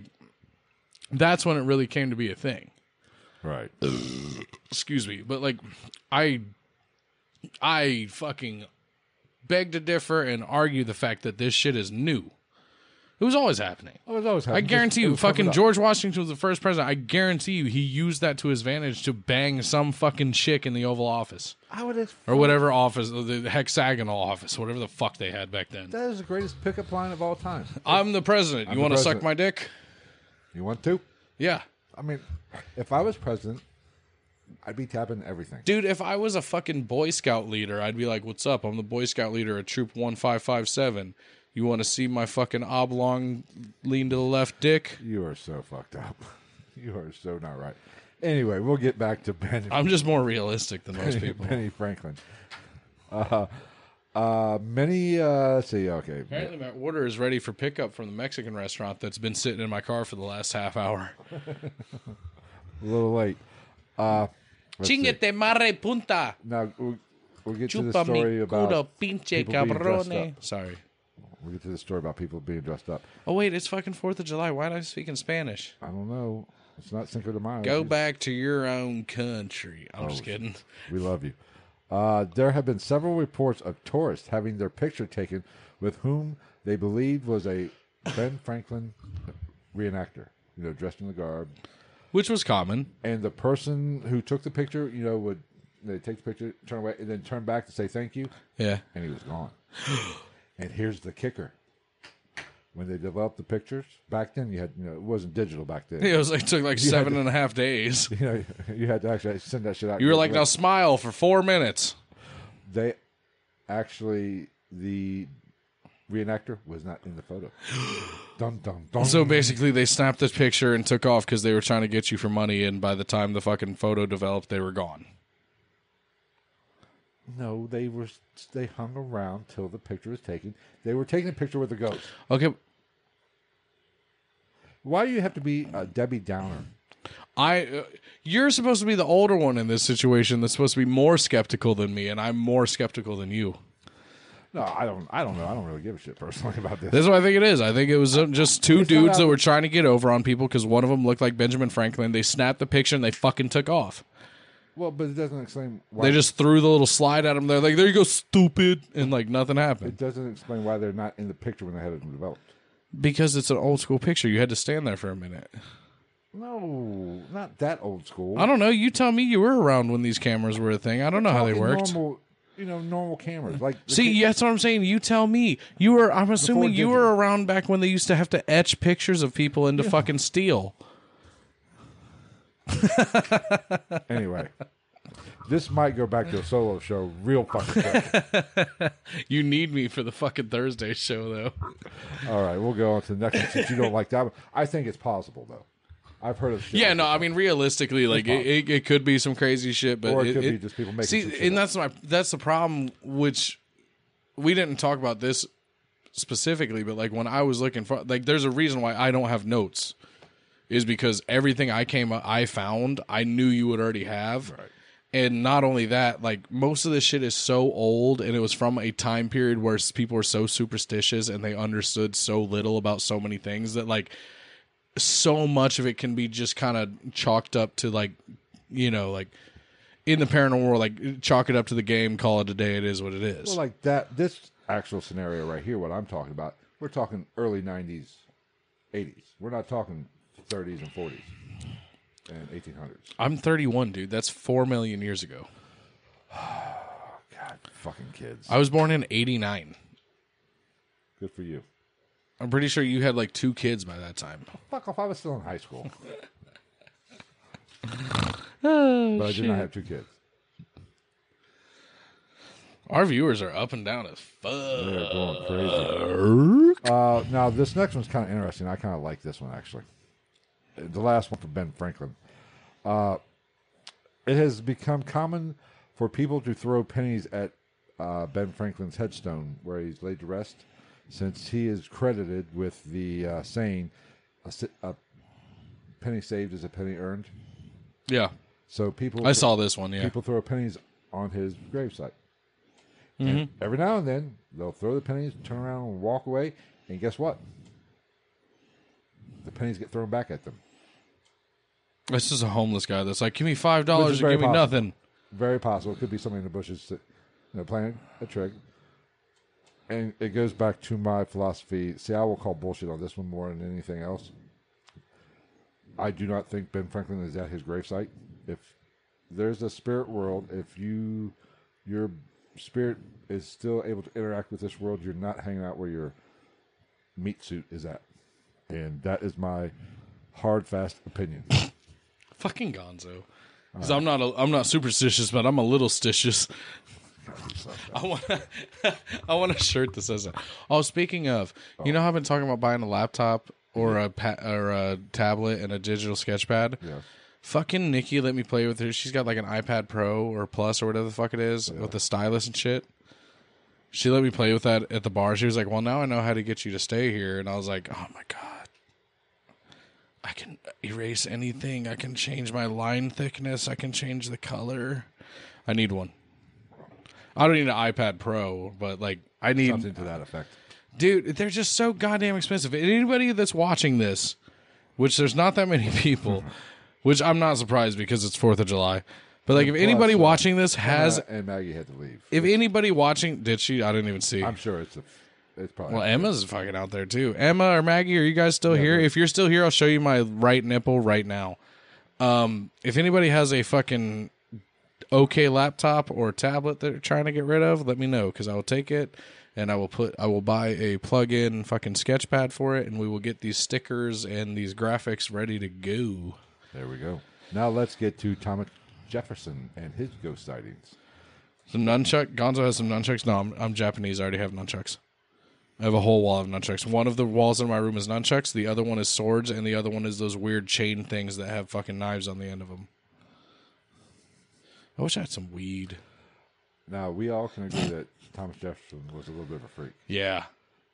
B: that's when it really came to be a thing.
A: Right.
B: Excuse me, but like, I, I fucking beg to differ and argue the fact that this shit is new. It was always happening.
A: I was always.
B: I
A: having-
B: guarantee
A: it
B: you,
A: was covered
B: fucking
A: up.
B: George Washington was the first president. I guarantee you, he used that to his advantage to bang some fucking chick in the Oval Office
A: I would have.
B: or whatever office, the hexagonal office, whatever the fuck they had back then.
A: That is the greatest pickup line of all time.
B: I'm the president. you
A: the
B: want to suck
A: president.
B: my dick?
A: You want to?
B: Yeah,
A: I mean, if I was president, I'd be tapping everything.
B: dude. If I was a fucking Boy Scout leader, I'd be like, "What's up? I'm the Boy Scout leader at Troop One Five Five Seven. You want to see my fucking oblong lean to the left dick?"
A: You are so fucked up. You are so not right. Anyway, we'll get back to Ben.
B: I'm just more realistic than most people.
A: Benny Franklin. Uh, uh, many. Uh, let's see. Okay.
B: Apparently, my order is ready for pickup from the Mexican restaurant that's been sitting in my car for the last half hour.
A: A little late.
B: Chingate mare punta.
A: Now we'll, we'll get to the story about.
B: pinche
A: people being dressed cabrone.
B: Sorry.
A: We'll get to the story about people being dressed up.
B: Oh, wait, it's fucking 4th of July. Why am I speaking Spanish?
A: I don't know. It's not Cinco de Mayo.
B: Go back to your own country.
A: Oh,
B: I'm just kidding.
A: We love you. Uh, there have been several reports of tourists having their picture taken with whom they believed was a Ben Franklin reenactor, you know, dressed in the garb.
B: Which was common.
A: And the person who took the picture, you know, would they take the picture, turn away, and then turn back to say thank you,
B: Yeah.
A: and he was gone. and here's the kicker: when they developed the pictures back then, you had you know it wasn't digital back then.
B: It was like took like seven and a half days.
A: You know, you had to actually send that shit out.
B: You were like, now smile for four minutes.
A: they actually the reenactor was not in the photo. dum dum dum.
B: So basically, they snapped this picture and took off because they were trying to get you for money. And by the time the fucking photo developed, they were gone.
A: No, they were they hung around till the picture was taken. They were taking a picture with the ghost.
B: Okay,
A: Why do you have to be a Debbie Downer?
B: I uh, you're supposed to be the older one in this situation that's supposed to be more skeptical than me and I'm more skeptical than you.
A: No, I don't. I don't know. I don't really give a shit personally about this.
B: That's what I think it is. I think it was uh, just two
A: not
B: dudes
A: out-
B: that were trying to get over on people because one of them looked like Benjamin Franklin. They snapped the picture and they fucking took off.
A: Well, but it doesn't explain why
B: They just threw the little slide at him. They're like, "There you go, stupid," and like nothing
A: it
B: happened
A: doesn't explain why they're not in the picture when they had it developed.
B: because it's an old school picture. You had to stand there for a minute.
A: No, not that old school.
B: I don't know. You tell me. You were around when these cameras were a thing. I don't know how they
A: Fucking
B: worked.
A: Normal, you know, normal cameras like the
B: See,
A: kid-
B: yeah, that's what I'm saying. You tell me. You were. I'm assuming you were
A: digital.
B: around back when they used to have to etch pictures of people into fucking steel.
A: Anyway, this might go back to a solo show, real fucking quick.
B: You need me for the fucking Thursday show though.
A: All right, we'll go on to the next one since you don't like that one. I think it's possible though. I've heard of shit.
B: Yeah, no, I mean realistically, like it, it, it could be some crazy shit, but
A: Or it could be just people making
B: See,
A: some shit
B: and that's my that's the problem, which we didn't talk about this specifically, but like when I was looking for, like, there's a reason why I don't have notes, is because everything I came I found I knew you would already have. And not only that, like most of this shit is so old, and it was from a time period where s- people were so superstitious and they understood so little about so many things that, like, so much of it can be just kind of chalked up to like you know like in the paranormal world like chalk it up to the game call it a day it is what it is
A: Well, like that. This actual scenario right here, what I'm talking about, we're talking early '90s, '80s. We're not talking 30s and 40s and 1800s.
B: i'm 31 dude that's 4 million years ago
A: God, fucking kids.
B: i was born in 89
A: Good for you.
B: i'm pretty sure you had like two kids by that time
A: Fuck off. I was still in high school.
B: Oh,
A: but I did not have two kids.
B: our viewers are up and down as fuck
A: They're going crazy. Uh, now this next one's kind of interesting. I kind of like this one actually. The last one from Ben Franklin. Uh, it has become common for people to throw pennies at uh, Ben Franklin's headstone where he's laid to rest, since he is credited with the uh, saying, a, si- "A penny saved is a penny earned."
B: yeah
A: So people,
B: i saw this one yeah
A: people throw pennies on his gravesite. And every now and then, they'll throw the pennies, turn around, and walk away. And guess what? The pennies get thrown back at them.
B: this is a homeless guy that's like give me five
A: Which
B: dollars
A: is
B: and
A: very
B: give me
A: possible.
B: nothing
A: Very possible. It could be somebody in the bushes that, you know, playing a trick. And it goes back to my philosophy. See, I will call bullshit on this one more than anything else. I do not think Ben Franklin is at his gravesite. If there's a spirit world, if you your spirit is still able to interact with this world, you're not hanging out where your meat suit is at. And that is my hard, fast opinion.
B: fucking gonzo because i'm not a, i'm not superstitious but i'm a little stitious i want i want a shirt that says that oh speaking of you know how i've been talking about buying a laptop or a pa- or a tablet and a digital sketchpad
A: Yes.
B: fucking nikki let me play with her she's got like an ipad pro or plus or whatever the fuck it is with the stylus and shit she let me play with that at the bar she was like well now i know how to get you to stay here and i was like oh my god I can erase anything. I can change my line thickness. I can change the color. I need one. I don't need an iPad Pro, but like I need
A: Something to that effect.
B: dude, they're just so goddamn expensive. And Anybody that's watching this, which there's not that many people, which I'm not surprised because it's 4th of July. But like if anybody
A: uh,
B: watching this has
A: Uh, and Maggie had to leave.
B: if anybody watching did she I didn't even see.
A: I'm sure it's a, it's probably
B: Well, eh Emma's fucking out there too. Emma or Maggie, are you guys still here? If you're still here, I'll show you my right nipple right now. Um, if anybody has a fucking okay laptop or tablet they're trying to get rid of, let me know because I will take it and I will put I will buy a plug-in fucking sketchpad for it and we will get these stickers and these graphics ready to go.
A: there we go. Now let's get to Thomas Jefferson and his ghost sightings.
B: Some nunchuck. Gonzo has some nunchucks. No, I'm, I'm Japanese. I already have nunchucks. I have a whole wall of nunchucks. One of the walls in my room is nunchucks. The other one is swords, and the other one is those weird chain things that have fucking knives on the end of them. I wish I had some weed.
A: Now we all can agree that Thomas Jefferson was a little bit of a freak.
B: Yeah.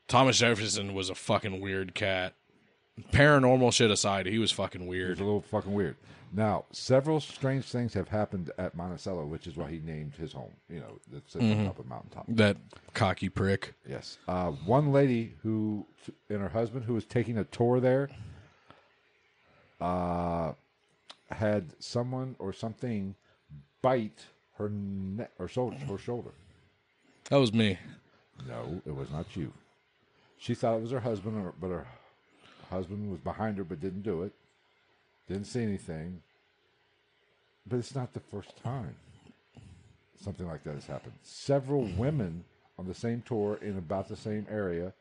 B: Thomas Jefferson was a fucking weird cat. Paranormal shit aside, he was fucking
A: He was
B: weird.
A: a little fucking weird. Now, several strange things have happened at Monticello, which is why he named his home. You know, that's at the top of mountaintop.
B: That cocky prick.
A: Yes. Uh, one lady who and her husband who was taking a tour there uh, had someone or something bite her neck or shoulder, her shoulder.
B: That was me.
A: No, it was not you. She thought it was her husband, or, but her husband was behind her but didn't do it. Didn't say anything. But it's not the first time something like that has happened. Several women on the same tour in about the same area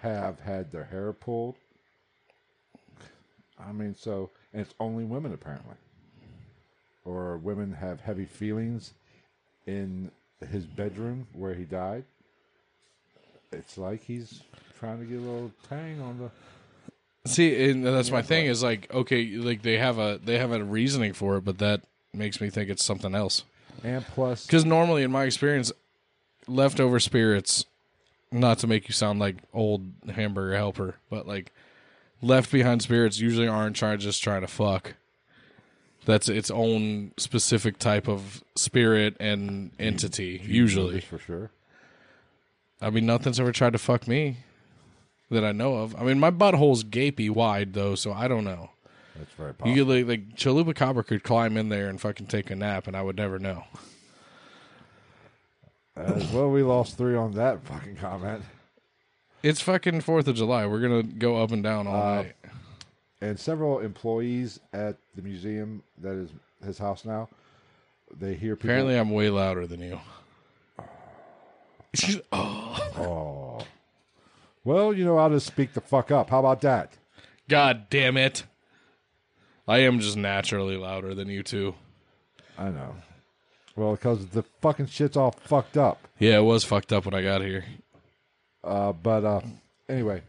A: have had their hair pulled. I mean, so, and it's only women apparently. Or women have heavy feelings in his bedroom where he died. It's like he's trying to get a little tang on the.
B: See, and that's my thing is like, okay, like they have a they have a reasoning for it, but that makes me think it's something else.
A: And plus,
B: Because normally, in my experience, leftover spirits, not to make you sound like old hamburger helper, but like left behind spirits usually aren't trying just trying to fuck. That's its own specific type of spirit and entity. Usually,
A: for sure.
B: I mean, nothing's ever tried to fuck me that I know of. I mean, my butthole's gapey wide though, so I don't know.
A: That's very
B: You
A: possible.
B: could like, like Chalupa Copper could climb in there and fucking take a nap, and I would never know.
A: Uh, well, we lost three on that fucking comment.
B: It's fucking Fourth of July. We're gonna go up and down all night.
A: And several employees at the museum that is his house now, they hear people.
B: Apparently, I'm way louder than you.
A: Oh. Well, you know, I'll just speak the fuck up. How about that?
B: God damn it! I am just naturally louder than you two.
A: I know. Well, because the fucking shit's all fucked up.
B: Yeah, it was fucked up when I got here.
A: Uh, but uh, anyway,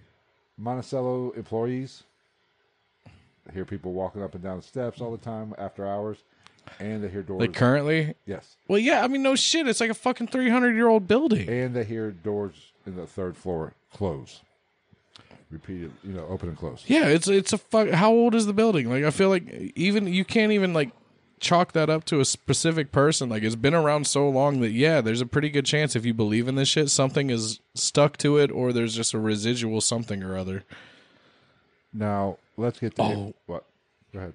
A: Monticello employees I hear people walking up and down the steps all the time after hours, and they hear doors.
B: Like currently,
A: yes,
B: well, yeah. I mean, no shit. It's like a fucking 300 year old building.
A: and they hear doors in the third floor close, repeated. You know, open and close.
B: Yeah, it's it's a fuck. How old is the building? Like, I feel like even you can't even like chalk that up to a specific person. Like, it's been around so long that yeah, there's a pretty good chance if you believe in this shit, something is stuck to it, or there's just a residual something or other.
A: Now let's get to
B: Oh.
A: what. Go ahead.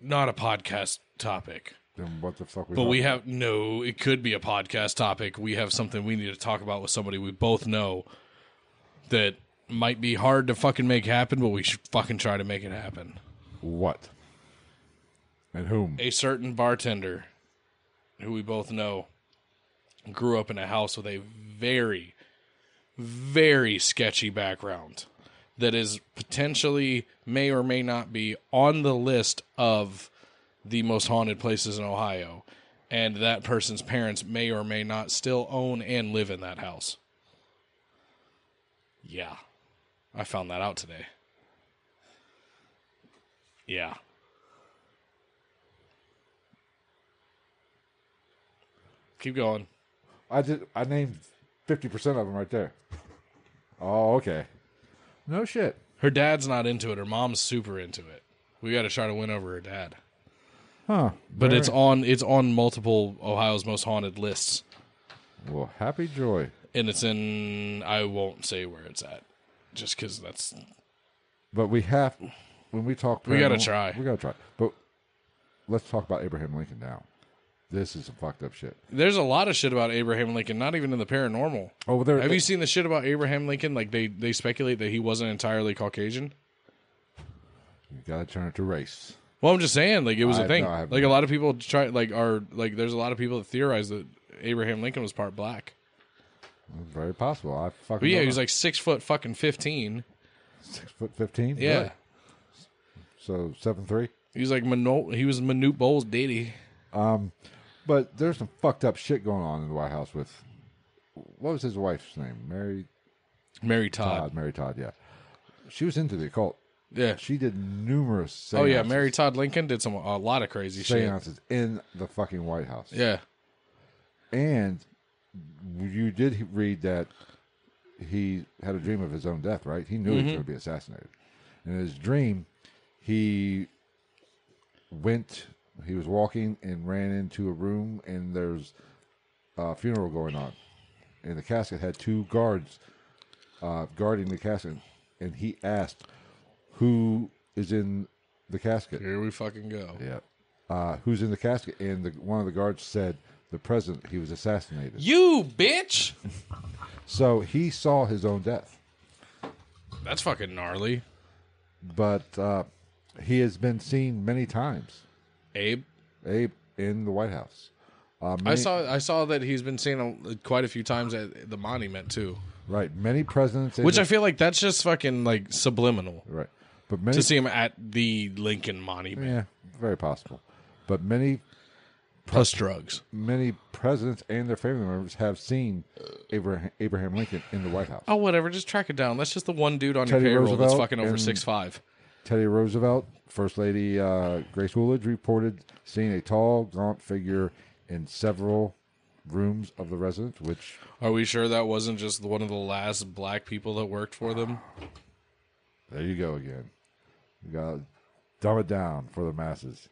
B: Not a podcast topic.
A: Then what the fuck? We
B: But we
A: talking-
B: have no. It could be a podcast topic. We have something we need to talk about with somebody we both know that might be hard to fucking make happen, but we should fucking try to make it happen.
A: what and whom?
B: A certain bartender who we both know grew up in a house with a very, very sketchy background that is potentially may or may not be on the list of the most haunted places in Ohio. And that person's parents may or may not still own and live in that house. Yeah. I found that out today. Yeah. Keep going.
A: I did. I named fifty percent of them right there. Oh, okay. No shit.
B: Her dad's not into it. Her mom's super into it. We got to try to win over her dad.
A: Huh.
B: But it's on it's on multiple Ohio's most haunted lists,
A: Well, happy joy.
B: and it's in I won't say where it's at, just because that's
A: But we have when we talk.
B: We gotta
A: paranormal-
B: try.
A: We gotta try. But let's talk about Abraham Lincoln now. This is some fucked up shit.
B: there's a lot of shit about Abraham Lincoln, not even in the paranormal.
A: Oh, well, there.
B: Have you seen the shit about Abraham Lincoln? Like they they speculate that he wasn't entirely Caucasian.
A: you gotta turn it to race.
B: Well, I'm just saying, like it was
A: I
B: a
A: have
B: thing.
A: no- I have
B: like
A: no-
B: a lot of people try, like are like there's a lot of people that theorize that Abraham Lincoln was part black.
A: Very possible. I fucking.
B: But yeah,
A: don't
B: he was
A: know.
B: like six foot fucking fifteen.
A: six foot fifteen.
B: Yeah.
A: Really? So seven three.
B: He was like Manol. He was Manute Bowles' daddy.
A: But there's some fucked up shit going on in the White House with. What was his wife's name? Mary
B: Mary Todd.
A: Todd. Mary Todd. Yeah. She was into the occult.
B: Yeah.
A: She did numerous.
B: Oh yeah,
A: seances-
B: Mary Todd Lincoln did some a lot of crazy shit.
A: seances in the fucking White House.
B: Yeah.
A: And you did read that he had a dream of his own death, right? He knew he was going to be assassinated. And in his dream, he went, he was walking and ran into a room, and there's a funeral going on. And the casket had two guards uh, guarding the casket. And he asked, Who is in the casket?
B: Here we fucking go.
A: Yeah. Uh, who's in the casket? And the, one of the guards said, the president, he was assassinated.
B: You bitch.
A: So he saw his own death.
B: That's fucking gnarly.
A: But uh, he has been seen many times,
B: Abe.
A: Abe, in the White House. Uh,
B: I
A: many-
B: saw I saw that he's been seen a, quite a few times at the monument too.
A: Right. Many presidents. in
B: Which
A: the-
B: I feel like that's just fucking like subliminal
A: Right. But many.
B: to see him at the Lincoln Monument
A: yeah, very possible. But many,
B: plus drugs.
A: many presidents and their family members have seen Abraham, Abraham Lincoln in the White House.
B: Oh whatever, just track it down. That's just the one dude on
A: Teddy
B: your payroll that's
A: Roosevelt
B: fucking over
A: and-
B: six five.
A: Teddy Roosevelt, First Lady uh, Grace Woolidge reported seeing a tall, gaunt figure in several rooms of the residence, which
B: Are we sure that wasn't just one of the last black people that worked for them?
A: There you go again. You gotta dumb it down for the masses.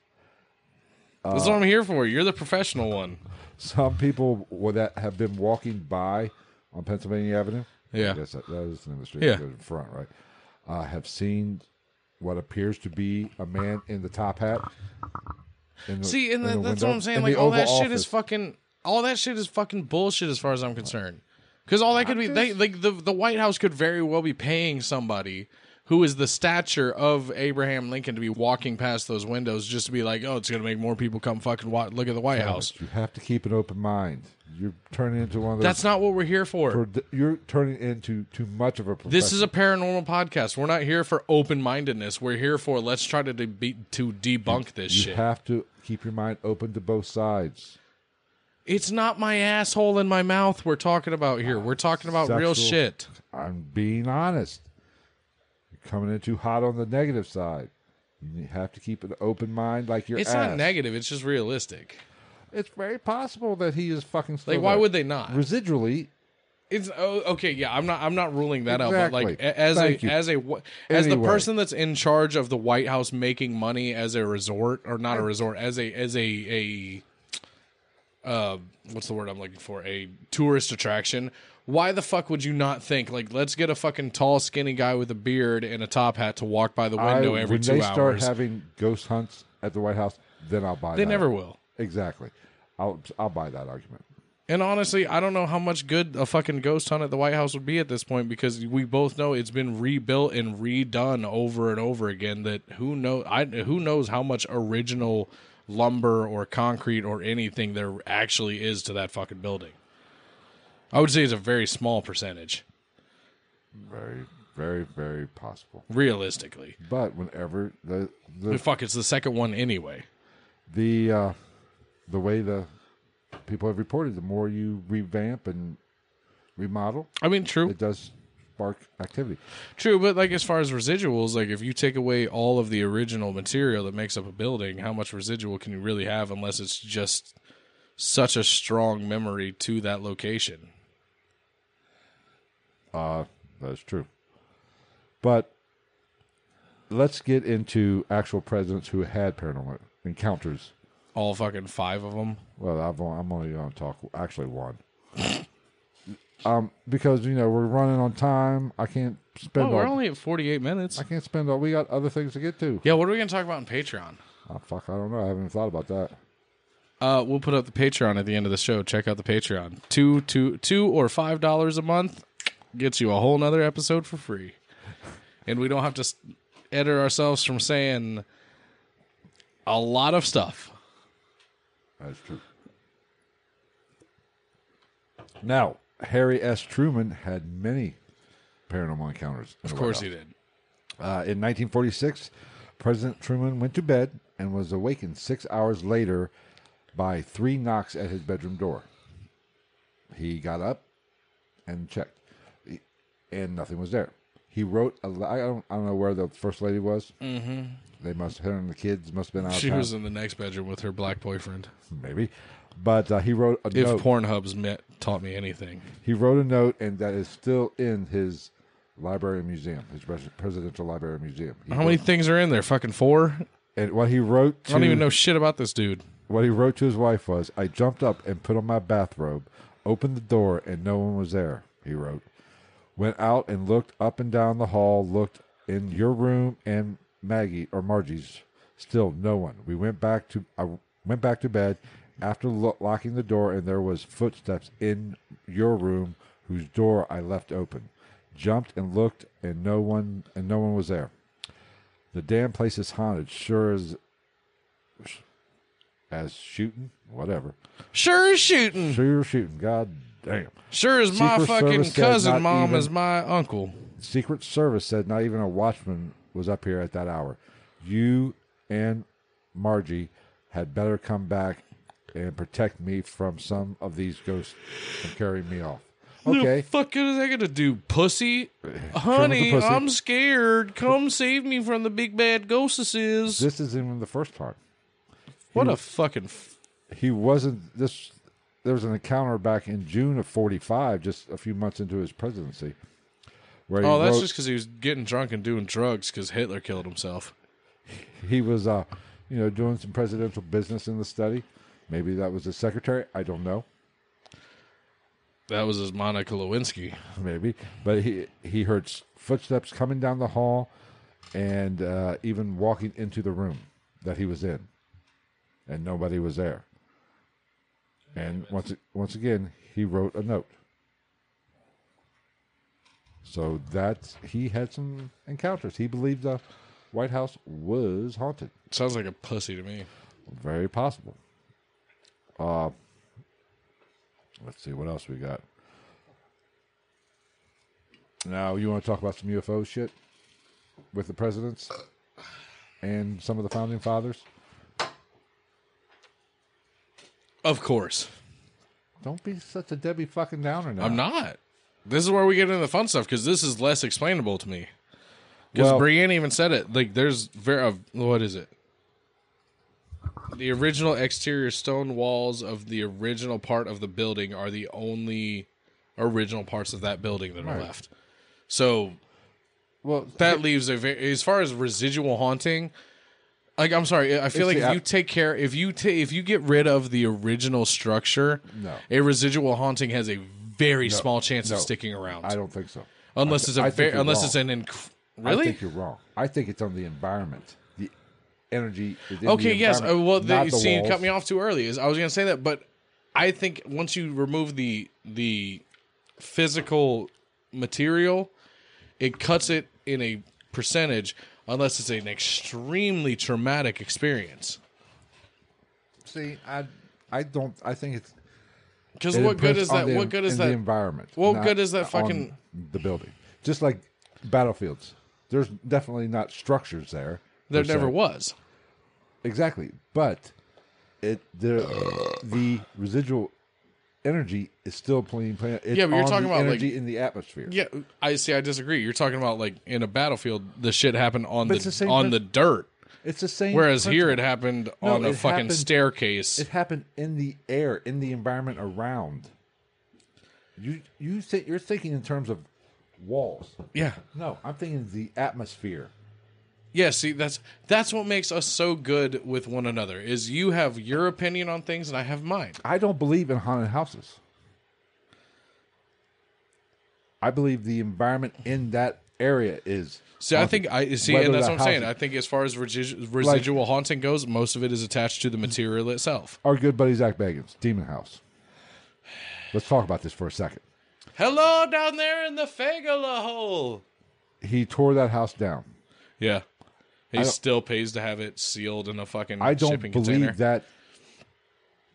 B: That's what I'm here for. You're the professional one.
A: Some people wa- that have been walking by on Pennsylvania Avenue,
B: Yeah.
A: I guess that, that is the name of the street
B: Yeah.
A: in front, right? Uh, have seen what appears to be a man in the top hat. in the-
B: See,
A: in
B: and
A: the
B: that, that's
A: window,
B: what I'm saying.
A: in
B: Like
A: the
B: all that
A: Oval
B: shit is
A: Office.
B: fucking all that shit is fucking bullshit as far as I'm concerned. Because all that could be they, like the the White House could very well be paying somebody who is the stature of Abraham Lincoln to be walking past those windows just to be like, oh, it's gonna make more people come fucking wa- look at the White House.
A: You have to keep an open mind. You're turning into one of those.
B: That's not what we're here for.
A: for- you're turning into too much of a. Professional.
B: This is a paranormal podcast. We're not here for open mindedness. We're here for let's try to debe- to debunk this
A: You
B: shit.
A: have to keep your mind open to both sides.
B: it's not my asshole and my mouth we're talking about here. We're talking about real
A: Sexual-
B: shit.
A: I'm being honest. You're coming in too hot on the negative side. You have to keep an open mind, like your
B: It's
A: ass.
B: not negative. It's just realistic.
A: It's very possible that he is fucking. Still
B: Like, why
A: there.
B: would they not?
A: Residually,
B: It's oh, okay. Yeah, I'm not. I'm not ruling that out. But like,
A: Exactly.
B: a- as
A: Thank
B: a
A: you.
B: as a wh- as the
A: Anyway.
B: person that's in charge of the White House making money as a resort or not a resort as a as a a uh, what's the word I'm looking for? A tourist attraction. Why the fuck would you not think like let's get a fucking tall, skinny guy with a beard and a top hat to walk by the window
A: I-
B: every
A: when
B: two
A: they
B: hours?
A: start having ghost hunts at the White House, then I'll buy.
B: they
A: that.
B: never will.
A: Exactly. I'll I'll buy that argument.
B: And honestly, I don't know how much good a fucking ghost hunt at the White House would be at this point because we both know it's been rebuilt and redone over and over again. That who know I who knows how much original lumber or concrete or anything there actually is to that fucking building. I would say it's a very small percentage,
A: Very, very, very possible.
B: realistically.
A: But whenever the the
B: But fuck, it's the second one anyway.
A: the uh, the way the people have reported, the more you revamp and remodel,
B: I mean, true.
A: it does spark activity.
B: True, but like as far as residuals, like if you take away all of the original material that makes up a building, how much residual can you really have unless it's just such a strong memory to that location?
A: Uh, that's true. But let's get into actual presidents who had paranormal encounters.
B: All fucking five of them.
A: Well, I've only, I'm only going to talk actually one. um, because you know we're running on time. I can't spend.
B: Oh, we're
A: all,
B: only at forty-eight minutes.
A: I can't spend all. We got other things to get to.
B: Yeah, what are we gonna talk about on Patreon?
A: Oh, fuck, I don't know. I haven't even thought about that.
B: Uh, we'll put up the Patreon at the end of the show. Check out the Patreon. Two, two, two, or five dollars a month gets you a whole nother episode for free, and we don't have to s- edit ourselves from saying a lot of stuff.
A: That's true. Now, Harry S. Truman had many paranormal encounters.
B: Of course he did.
A: Uh, in 1946, President Truman went to bed and was awakened six hours later by three knocks at his bedroom door. He got up and checked, He- and nothing was there. He wrote a. li- I don't, I don't know where the first lady was. Mm-hmm. They must. Her and the kids must have been out. of
B: She
A: town
B: was in the next bedroom with her black boyfriend.
A: maybe. But uh, he wrote a
B: If
A: note.
B: Pornhub's met, taught me anything,
A: he wrote a note, and that is still in his library and museum, his pres- presidential library and museum. He
B: how many things are in there? Fucking four.
A: And what he wrote
B: I
A: to
B: don't even know shit about this dude.
A: what he wrote to his wife was, "I jumped up and put on my bathrobe, opened the door, and no one was there." He wrote, "Went out and looked up and down the hall, looked in your room and Maggie or Margie's. Still no one. We went back to I went back to bed after lo- locking the door, and there was footsteps in your room, whose door I left open. Jumped and looked, and no one and no one was there." The damn place is haunted, sure as as shooting, whatever.
B: Sure is shooting.
A: Sure shooting. God damn.
B: Sure is my
A: Secret
B: fucking
A: Service said not
B: cousin. Mom
A: even-
B: is my uncle.
A: Secret Service said not even a watchman was up here at that hour. You and Margie had better come back and protect me from some of these ghosts from carrying me off.
B: The
A: Okay.
B: fuck is that gonna do, pussy? Honey,
A: pussy.
B: I'm scared. Come save me from the big bad ghostesses.
A: This isn't even the first part.
B: what a fucking. F-
A: He wasn't this there was an encounter back in June of forty five, just a few months into his presidency. Where he
B: oh, that's
A: wrote-
B: just because he was getting drunk and doing drugs because Hitler killed himself.
A: he was uh you know doing some presidential business in the study maybe that was his secretary i don't know
B: That was his Monica Lewinsky.
A: maybe but he he heard s- footsteps coming down the hall and uh, even walking into the room that he was in and nobody was there and once a- once again he wrote a note so that's he had some encounters he believed the white house was haunted
B: Sounds like a pussy to me.
A: Very possible. Uh, let's see what else we got. Now, you want to talk about some UFO shit with the presidents and some of the founding fathers?
B: Of course.
A: Don't be such a Debbie fucking downer now.
B: I'm not. This is where we get into the fun stuff because this is less explainable to me. Because
A: Well-
B: Brienne even said it. Like, there's very what is it? The original exterior stone walls of the original part of the building are the only original parts of that building that are
A: Right.
B: left. So
A: Well,
B: that leaves a very, as far as residual haunting like i'm sorry i feel
A: It's
B: like
A: the
B: if
A: app-
B: you take care if you ta- if you get rid of the original structure
A: No.
B: a residual haunting has a very small chance
A: no.
B: of sticking around
A: I don't think so.
B: unless it's a
A: I think
B: very
A: you're
B: unless
A: wrong.
B: it's an inc-
A: I
B: really
A: think you're wrong. I think it's on the environment, the energy. is in the
B: okay yes uh,
A: environment,
B: well
A: not
B: the, see you
A: walls.
B: cut me off too early is i was gonna say that but i think once you remove the the physical material it cuts it in a percentage unless it's an extremely traumatic experience
A: See, I, I don't. I think it's
B: Because
A: It
B: what good
A: imprints
B: is
A: on
B: that?
A: the-
B: What good is
A: in
B: that?
A: The environment.
B: What
A: not
B: good is that
A: on
B: fucking-
A: the building? Just like battlefields, there's definitely not structures there.
B: there
A: per se.
B: never was.
A: exactly, but it there the residual energy is still playing. playing it's
B: Yeah, but you're
A: on
B: talking
A: the
B: about, like-
A: energy in the atmosphere.
B: Yeah, I see. I disagree. You're talking about like in a battlefield, the shit happened on the,
A: it's the same
B: on
A: prin-
B: the dirt,
A: It's the same.
B: whereas here it
A: principle.
B: happened
A: No,
B: on a
A: it
B: fucking
A: happened-
B: staircase.
A: it happened in the air, in the environment around. You you think you're thinking in terms of walls.
B: yeah,
A: No, I'm thinking the atmosphere.
B: yeah. See, that's that's what makes us so good with one another. Is you have your opinion on things and I have mine.
A: I don't believe in haunted houses. I believe the environment in that area is.
B: See, I think I see,
A: Whether
B: and that's
A: the
B: what I'm saying.
A: housing-
B: I think as far as resi- residual haunting goes, most of it is attached to the material itself.
A: Our good buddy Zach Bagans, Demon House. Let's talk about this for a second.
B: Hello, down there in the Fagala hole.
A: He tore that house down.
B: Yeah. He still pays to have it sealed in a fucking
A: I don't
B: shipping
A: believe
B: container.
A: that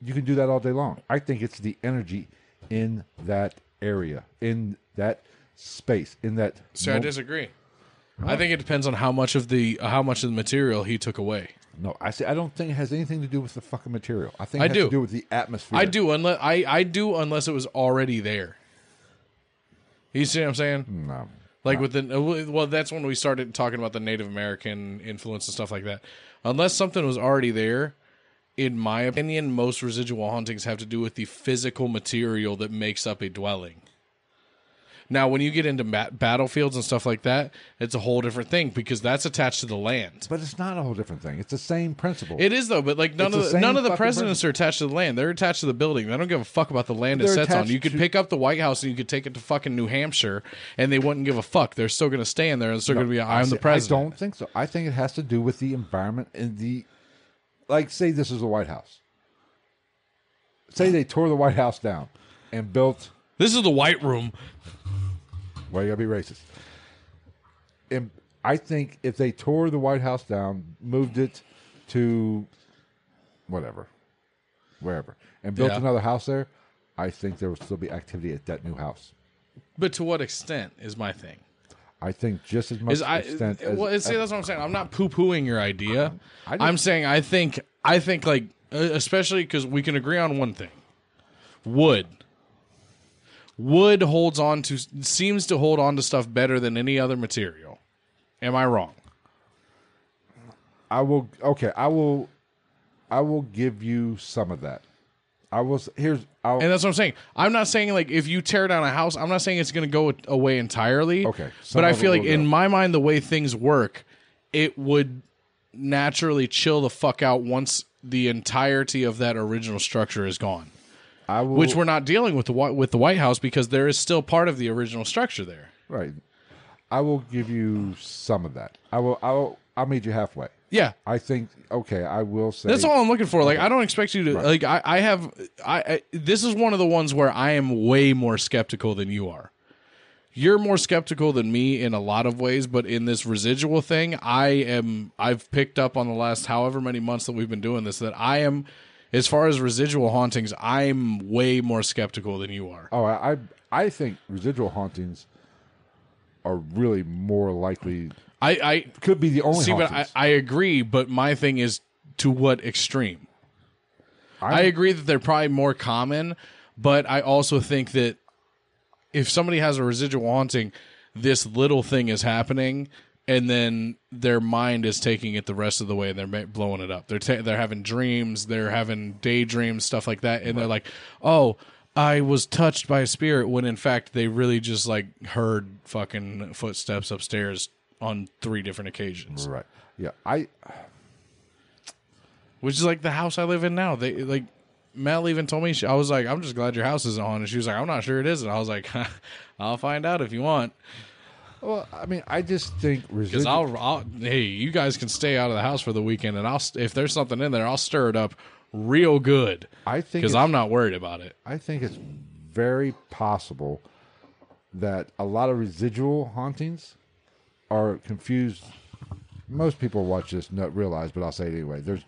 A: you can do that all day long. I think it's the energy in that area, in that space, in that.
B: so I
A: mo-
B: disagree. I think it depends on how much of the how much of the material he took away.
A: no, I say I don't think it has anything to do with the fucking material. I think it
B: I
A: has
B: do.
A: to do with the atmosphere.
B: I do unless I, I do unless it was already there. You see what I'm saying?
A: No.
B: Like with the well, that's when we started talking about the Native American influence and stuff like that. Unless something was already there, in my opinion, most residual hauntings have to do with the physical material that makes up a dwelling. Now, when you get into bat- battlefields and stuff like that, it's a whole different thing because that's attached to the land.
A: But it's not a whole different thing. It's the same principle.
B: It is though, but like none
A: It's the
B: of the,
A: same
B: none of the
A: fucking
B: presidents are attached to the land. They're attached to the building. They don't give a fuck about the land it
A: They're
B: sets on.
A: attached
B: You could
A: to-
B: pick up the White House and you could take it to fucking New Hampshire, and they wouldn't give a fuck. They're still going to stand there and still going to be. I'm the president.
A: I don't think so. I think it has to do with the environment and the, like, say this is the White House. Say they tore the White House down and built.
B: This is the White Room.
A: Well, you gotta be racist. And I think if they tore the White House down, moved it to whatever, wherever, and built
B: Yeah.
A: another house there, I think there would still be activity at that new house.
B: But to what extent is my thing?
A: I think just as much
B: Is I
A: extent as Uh-huh.
B: well, see, that's what I'm saying. I'm not poo pooing your idea.
A: I
B: I'm saying I think I think like uh, especially because we can agree on one thing: wood. Wood holds on to seems to hold on to stuff better than any other material. Am I wrong?
A: I will. Okay, I will. I will give you some of that. I will. s- Here's. I'll,
B: And that's what I'm saying. I'm not saying like if you tear down a house, I'm not saying it's going to go away entirely.
A: Okay. Some
B: But I
A: of it
B: feel
A: will
B: like in
A: go.
B: my mind, the way things work, it would naturally chill the fuck out once the entirety of that original structure is gone.
A: I will.
B: Which we're not dealing with the Whi- with the White House because there is still part of the original structure there.
A: right. I will give you some of that. I will. I will. I'll meet you halfway.
B: Yeah,
A: I think. Okay. I will say.
B: That's all I'm looking for. Like, I don't expect you to like. I, I have. I, I this is one of the ones where I am way more skeptical than you are. You're more skeptical than me in a lot of ways, but in this residual thing, I am. I've picked up on the last however many months that we've been doing this that I am, as far as residual hauntings, I'm way more skeptical than you are.
A: Oh, I. I, I think residual hauntings are really more likely.
B: I, I
A: Could be the only.
B: see, but I,
A: hauntings.
B: I agree. But my thing is to what extreme. I agree that they're probably more common, but I also think that if somebody has a residual haunting, this little thing is happening, and then their mind is taking it the rest of the way, and they're ma- blowing it up. They're ta- they're having dreams, they're having daydreams, stuff like that, and they're like, oh. I was touched by a spirit when in fact they really just like heard fucking footsteps upstairs on three different occasions.
A: Right. Yeah. I.
B: which is like the house I live in now. They like Mel even told me she, I was like, I'm just glad your house isn't haunted. She was like, I'm not sure it is, and I was like, I'll find out if you want,
A: Well, I mean, I just think
B: because
A: residual.
B: I'll, I'll. Hey, you guys can stay out of the house for the weekend, and I'll st- if there's something in there, I'll stir it up real good
A: I think
B: because
A: it's-
B: I'm not worried about it.
A: I think it's very possible that a lot of residual hauntings are confused. Most people watch this not realize, but I'll say it anyway. There's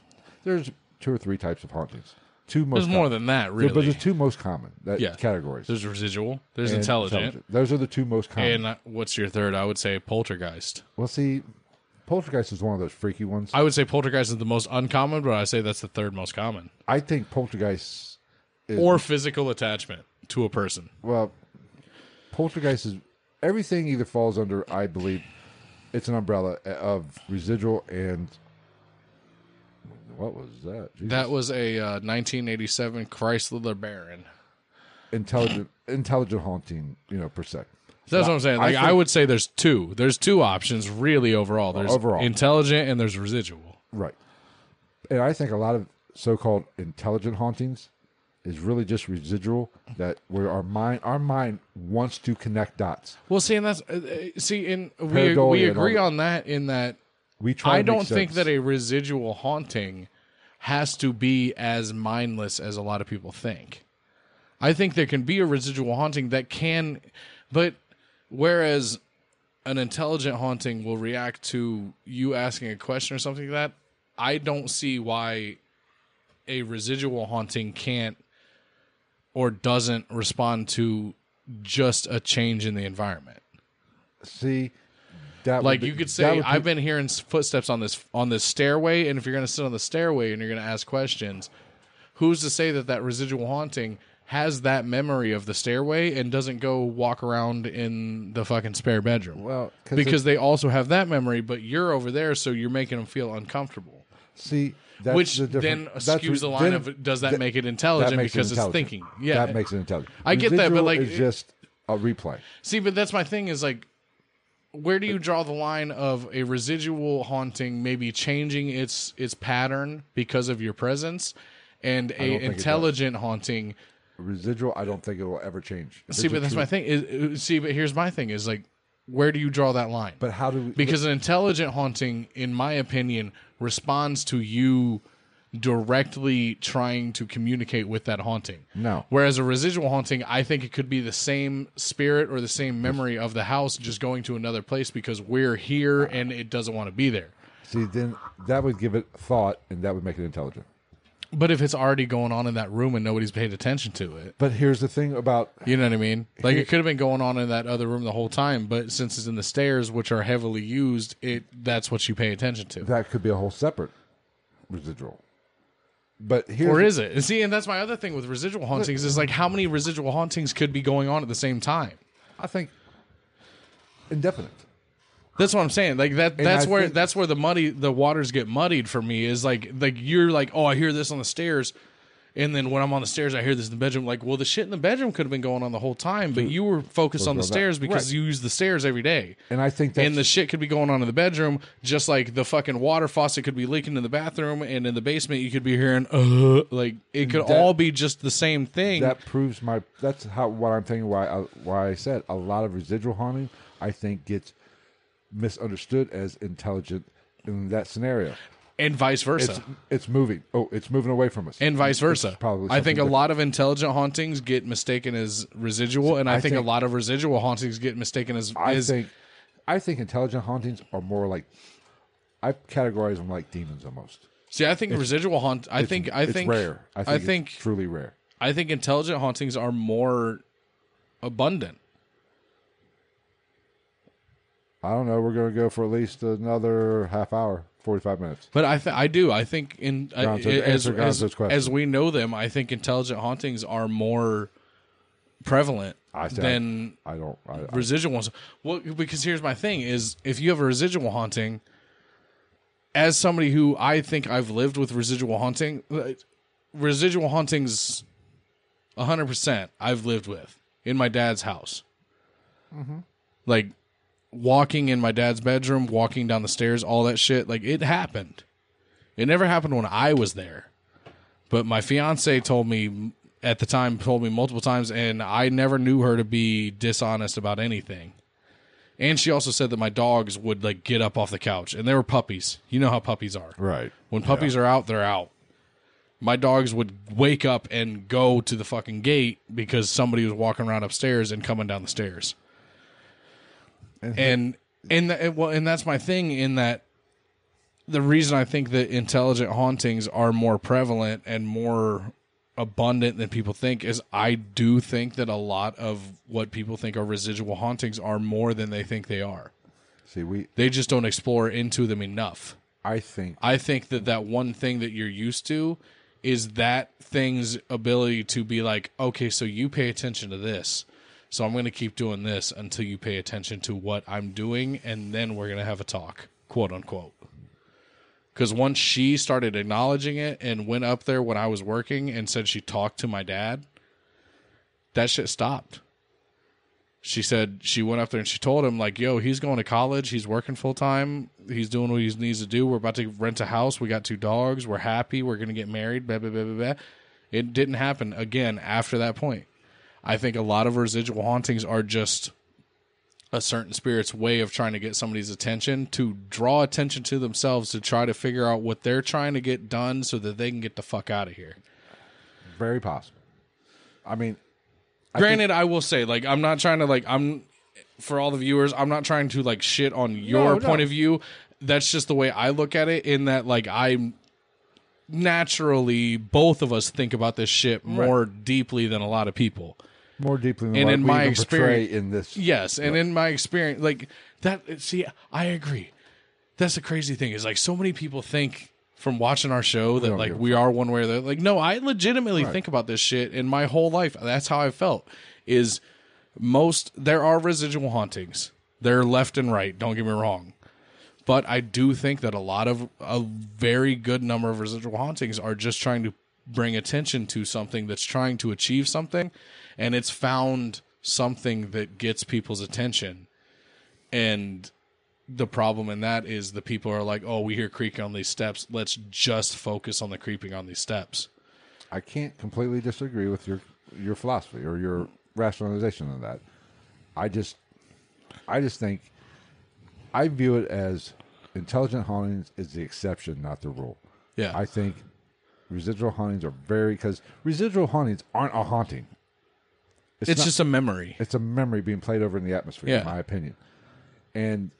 A: there's two or three types of hauntings. Two most
B: There's more
A: com-
B: than that,
A: there- but
B: really.
A: there's two most common that
B: Yeah.
A: categories.
B: There's residual. There's
A: And
B: intelligent.
A: Those are the two most common.
B: And uh, what's your third? I would say poltergeist.
A: well, see, poltergeist is one of those freaky ones. I,
B: I would say poltergeist is the most uncommon, but I say that's the third most common.
A: think poltergeist.
B: Or physical attachment to a person.
A: Well, poltergeist is everything either falls under. I believe it's an umbrella eh, of residual and what was that? Jesus.
B: That was a uh, 1987 Chrysler Baron.
A: intelligent, intelligent haunting. You know, per se.
B: So that's what I'm saying. Like I,
A: think-
B: would say there's two. There's two options really overall. There's
A: Overall.
B: intelligent and there's residual.
A: Right. And I think a lot of so-called intelligent hauntings is really just residual that where our mind our mind wants to connect dots.
B: Well, see, and that's uh, uh, see, and we
A: Pareidolia
B: we
A: and all
B: agree
A: that.
B: on that. In that,
A: We try. to
B: I
A: make
B: don't think
A: sense.
B: that a residual haunting has to be as mindless as a lot of people think. I think there can be a residual haunting that can, but whereas an intelligent haunting will react to you asking a question or something like that, I don't see why a residual haunting can't or doesn't respond to just a change in the environment.
A: see that would
B: Like
A: be-
B: you could
A: that
B: say,
A: would be-
B: I've been hearing s- footsteps on this on this stairway, and if you're going to sit on the stairway and you're going to ask questions, who's to say that that residual haunting has that memory of the stairway and doesn't go walk around in the fucking spare bedroom?
A: well 'cause it-
B: because they also have that memory, but you're over there, so you're making them feel uncomfortable.
A: See, that's
B: Which
A: the
B: then
A: difference. that's
B: skews the
A: then-
B: line of does that
A: th-
B: make it
A: that
B: intelligent
A: makes it
B: because
A: intelligent.
B: Oh, it's thinking. Yeah.
A: that makes it intelligent.
B: I get that, but,
A: Residual
B: like,
A: is
B: it-
A: just a replay.
B: See, but that's my thing is like, where do you draw the line of a residual haunting maybe changing its its pattern because of your presence, and
A: don't
B: a
A: think it does.
B: intelligent haunting?
A: Residual, I don't think it will ever change. If
B: See,
A: it's a
B: but that's
A: true-
B: my thing. Is see, but here's my thing is like, where do you draw that line?
A: But how do we?
B: because an intelligent haunting, in my opinion, responds to you directly trying to communicate with that haunting.
A: No.
B: Whereas a residual haunting, I think it could be the same spirit or the same memory of the house just going to another place because we're here and it doesn't want to be there.
A: see, then that would give it thought, and that would make it intelligent.
B: But if it's already going on in that room and nobody's paid attention to it,
A: But here's the thing about
B: you know what I mean? Like it could have been going on in that other room the whole time, but since it's in the stairs, which are heavily used, it that's what you pay attention to.
A: that could be a whole separate residual. But here's
B: or is it? And see, and that's my other thing with residual hauntings is like how many residual hauntings could be going on at the same time.
A: I think indefinite.
B: That's what I'm saying. Like that. that's
A: I
B: where
A: think-
B: that's where the muddy the waters get muddied for me. Is like like you're like oh I hear this on the stairs, and then when I'm on the stairs I hear this in the bedroom. Like well the shit in the bedroom could have been going on the whole time, but you were focused on
A: on
B: the
A: that.
B: stairs because
A: Right.
B: you use the stairs every day.
A: And I think that's
B: and the shit could be going on in the bedroom, just like the fucking water faucet could be leaking in the bathroom, and in the basement you could be hearing, uh, like it could
A: That-
B: all be just the same thing.
A: that proves my that's how what I'm thinking why I, why I said a lot of residual haunting I think gets misunderstood as intelligent in that scenario.
B: and vice versa.
A: It's it's moving. Oh, it's moving away from us.
B: and vice versa.
A: It's probably
B: I think
A: something
B: a lot of intelligent hauntings get mistaken as residual, and
A: I
B: I, think,
A: think-
B: a lot of residual hauntings get mistaken as.
A: I
B: as
A: think I think intelligent hauntings are more like I categorize them like demons almost.
B: see, I think residual haunt. I think. I
A: it's
B: think.
A: rare. I think,
B: I
A: it's
B: think.
A: truly rare.
B: I think intelligent hauntings are more abundant.
A: I don't know. We're going to go for at least another half hour, forty five minutes.
B: But I, th- I do. I think in I-
A: Gonzo,
B: as
A: answer
B: as,
A: Gonzo's question.
B: as we know them, I think intelligent hauntings are more prevalent
A: I said-
B: than
A: I don't. I, I,
B: residual ones. Well, because here's my thing: is if you have a residual haunting, as somebody who I think I've lived with residual haunting, like, residual hauntings, hundred percent I've lived with in my dad's house, like walking in my dad's bedroom, walking down the stairs, all that shit. Like it happened. It never happened when I was there, but my fiance told me at the time told me multiple times, and I never knew her to be dishonest about anything. And she also said that my dogs would like get up off the couch, and they were puppies. You know how puppies are.
A: right.
B: When puppies are out, they're out. My dogs would wake up and go to the fucking gate because somebody was walking around upstairs and coming down the stairs.
A: And-
B: And and and, tha- and well, and that's my thing in that the reason I think that intelligent hauntings are more prevalent and more abundant than people think is I do think that a lot of what people think are residual hauntings are more than they think they are.
A: See, we.
B: They just don't explore into them enough.
A: I think
B: I think that that one thing that you're used to is that thing's ability to be like, okay, so you pay attention to this. So I'm going to keep doing this until you pay attention to what I'm doing. And then we're going to have a talk, quote unquote. Because once she started acknowledging it and went up there when I was working and said she talked to my dad, that shit stopped. She said she went up there and she told him, like, yo, he's going to college. He's working full time. He's doing what he needs to do. We're about to rent a house. We got two dogs. We're happy. We're going to get married. Blah, blah, blah, blah, blah. It didn't happen again after that point. I think a lot of residual hauntings are just a certain spirit's way of trying to get somebody's attention to draw attention to themselves to try to figure out what they're trying to get done so that they can get the fuck out of here.
A: very possible. I mean,
B: Granted, I will say, like, I'm not trying to like I'm for all the viewers, I'm not trying to like shit on your
A: No, no.
B: point of view. That's just the way I look at it, in that like I'm naturally both of us think about this shit more deeply than a lot of people.
A: more deeply than
B: And
A: what
B: in
A: we
B: my
A: even
B: experience-
A: portray in this.
B: Yes, and in my experience, like that. See, I agree. That's the crazy thing is like so many people think from watching our show that
A: don't
B: like
A: give a
B: we are one way or the other. Like, no, I legitimately think about this shit in my whole life. That's how I felt. Is most there are residual hauntings. They're left and right. Don't get me wrong, But I do think that a lot of a very good number of residual hauntings are just trying to bring attention to something that's trying to achieve something, and it's found something that gets people's attention, and the problem in that is the people are like, oh, we hear creaking on these steps. Let's just focus on the creeping on these steps.
A: I can't completely disagree with your your philosophy or your rationalization of that. I just I just think I view it as intelligent hauntings is the exception, not the rule.
B: Yeah.
A: I think residual hauntings are very because residual hauntings aren't a haunting.
B: it's
A: not-
B: just a memory.
A: it's a memory being played over in the atmosphere,
B: Yeah.
A: in my opinion. And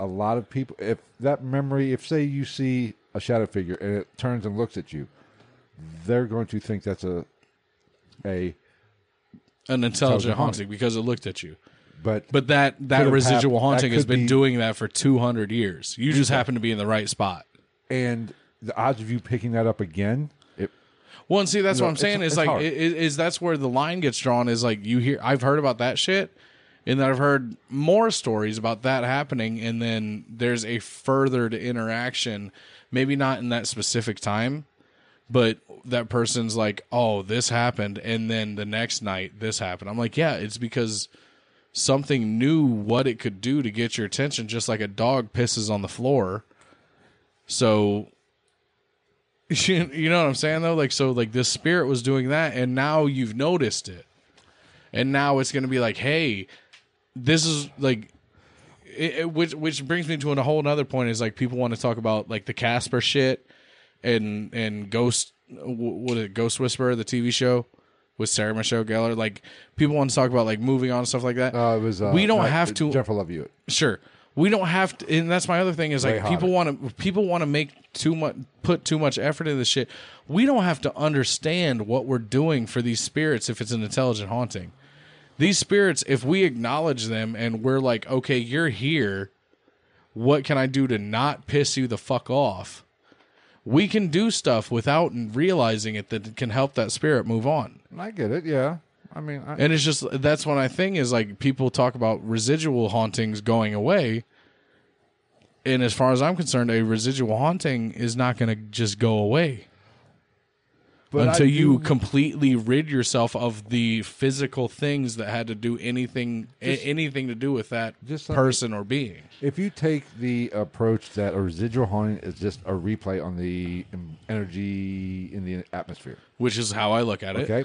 A: a lot of people, if that memory, if say you see a shadow figure and it turns and looks at you, they're going to think that's a a.
B: An intelligent
A: Intelligent
B: haunting
A: haunting.
B: because it looked at you.
A: But
B: But that that
A: have
B: residual
A: happened-
B: haunting
A: that
B: has
A: could
B: been
A: be-
B: doing that for 200 years. You just happen to be in the right spot.
A: and the odds of you picking that up again, it,
B: Well, and see, that's what I'm
A: it's-
B: saying. Is
A: it's
B: like, i-
A: hard.
B: i- is, that's where the line gets drawn? Is like you hear. I've heard about that shit, and then I've heard more stories about that happening, and then there's a furthered interaction. Maybe not in that specific time, but that person's like, "Oh, this happened," and then the next night this happened. I'm like, yeah, it's because something knew what it could do to get your attention, just like a dog pisses on the floor. So you, you know what I'm saying though? Like so like this spirit was doing that and now you've noticed it. And now it's going to be like, "Hey, this is like it, it- which which brings me to a whole another point is like people want to talk about like the Casper shit and and Ghost wh- what is it, Ghost Whisperer the TV show with Sarah Michelle Gellar like people want to talk about like moving on and stuff like that.
A: uh, it was. Uh,
B: we don't
A: not-
B: have to
A: Jeff, I love you.
B: sure we don't have to and that's my other thing is
A: Way
B: like
A: hotter.
B: people want to people want to make too much put too much effort into this shit we don't have to understand what we're doing for these spirits if it's an intelligent haunting these spirits if we acknowledge them and we're like okay you're here what can i do to not piss you the fuck off we can do stuff without realizing it that can help that spirit move on
A: I get it. Yeah, I mean, I,
B: and it's just that's when I think is like people talk about residual hauntings going away. And as far as I'm concerned, a residual haunting is not going to just go away
A: but I
B: until
A: do-
B: you completely rid yourself of the physical things that had to do anything a- anything to do with that
A: Just let me-
B: person or being.
A: If you take the approach that a residual haunting is just a replay on the em- energy in the atmosphere,
B: Which is how I look at it.
A: okay?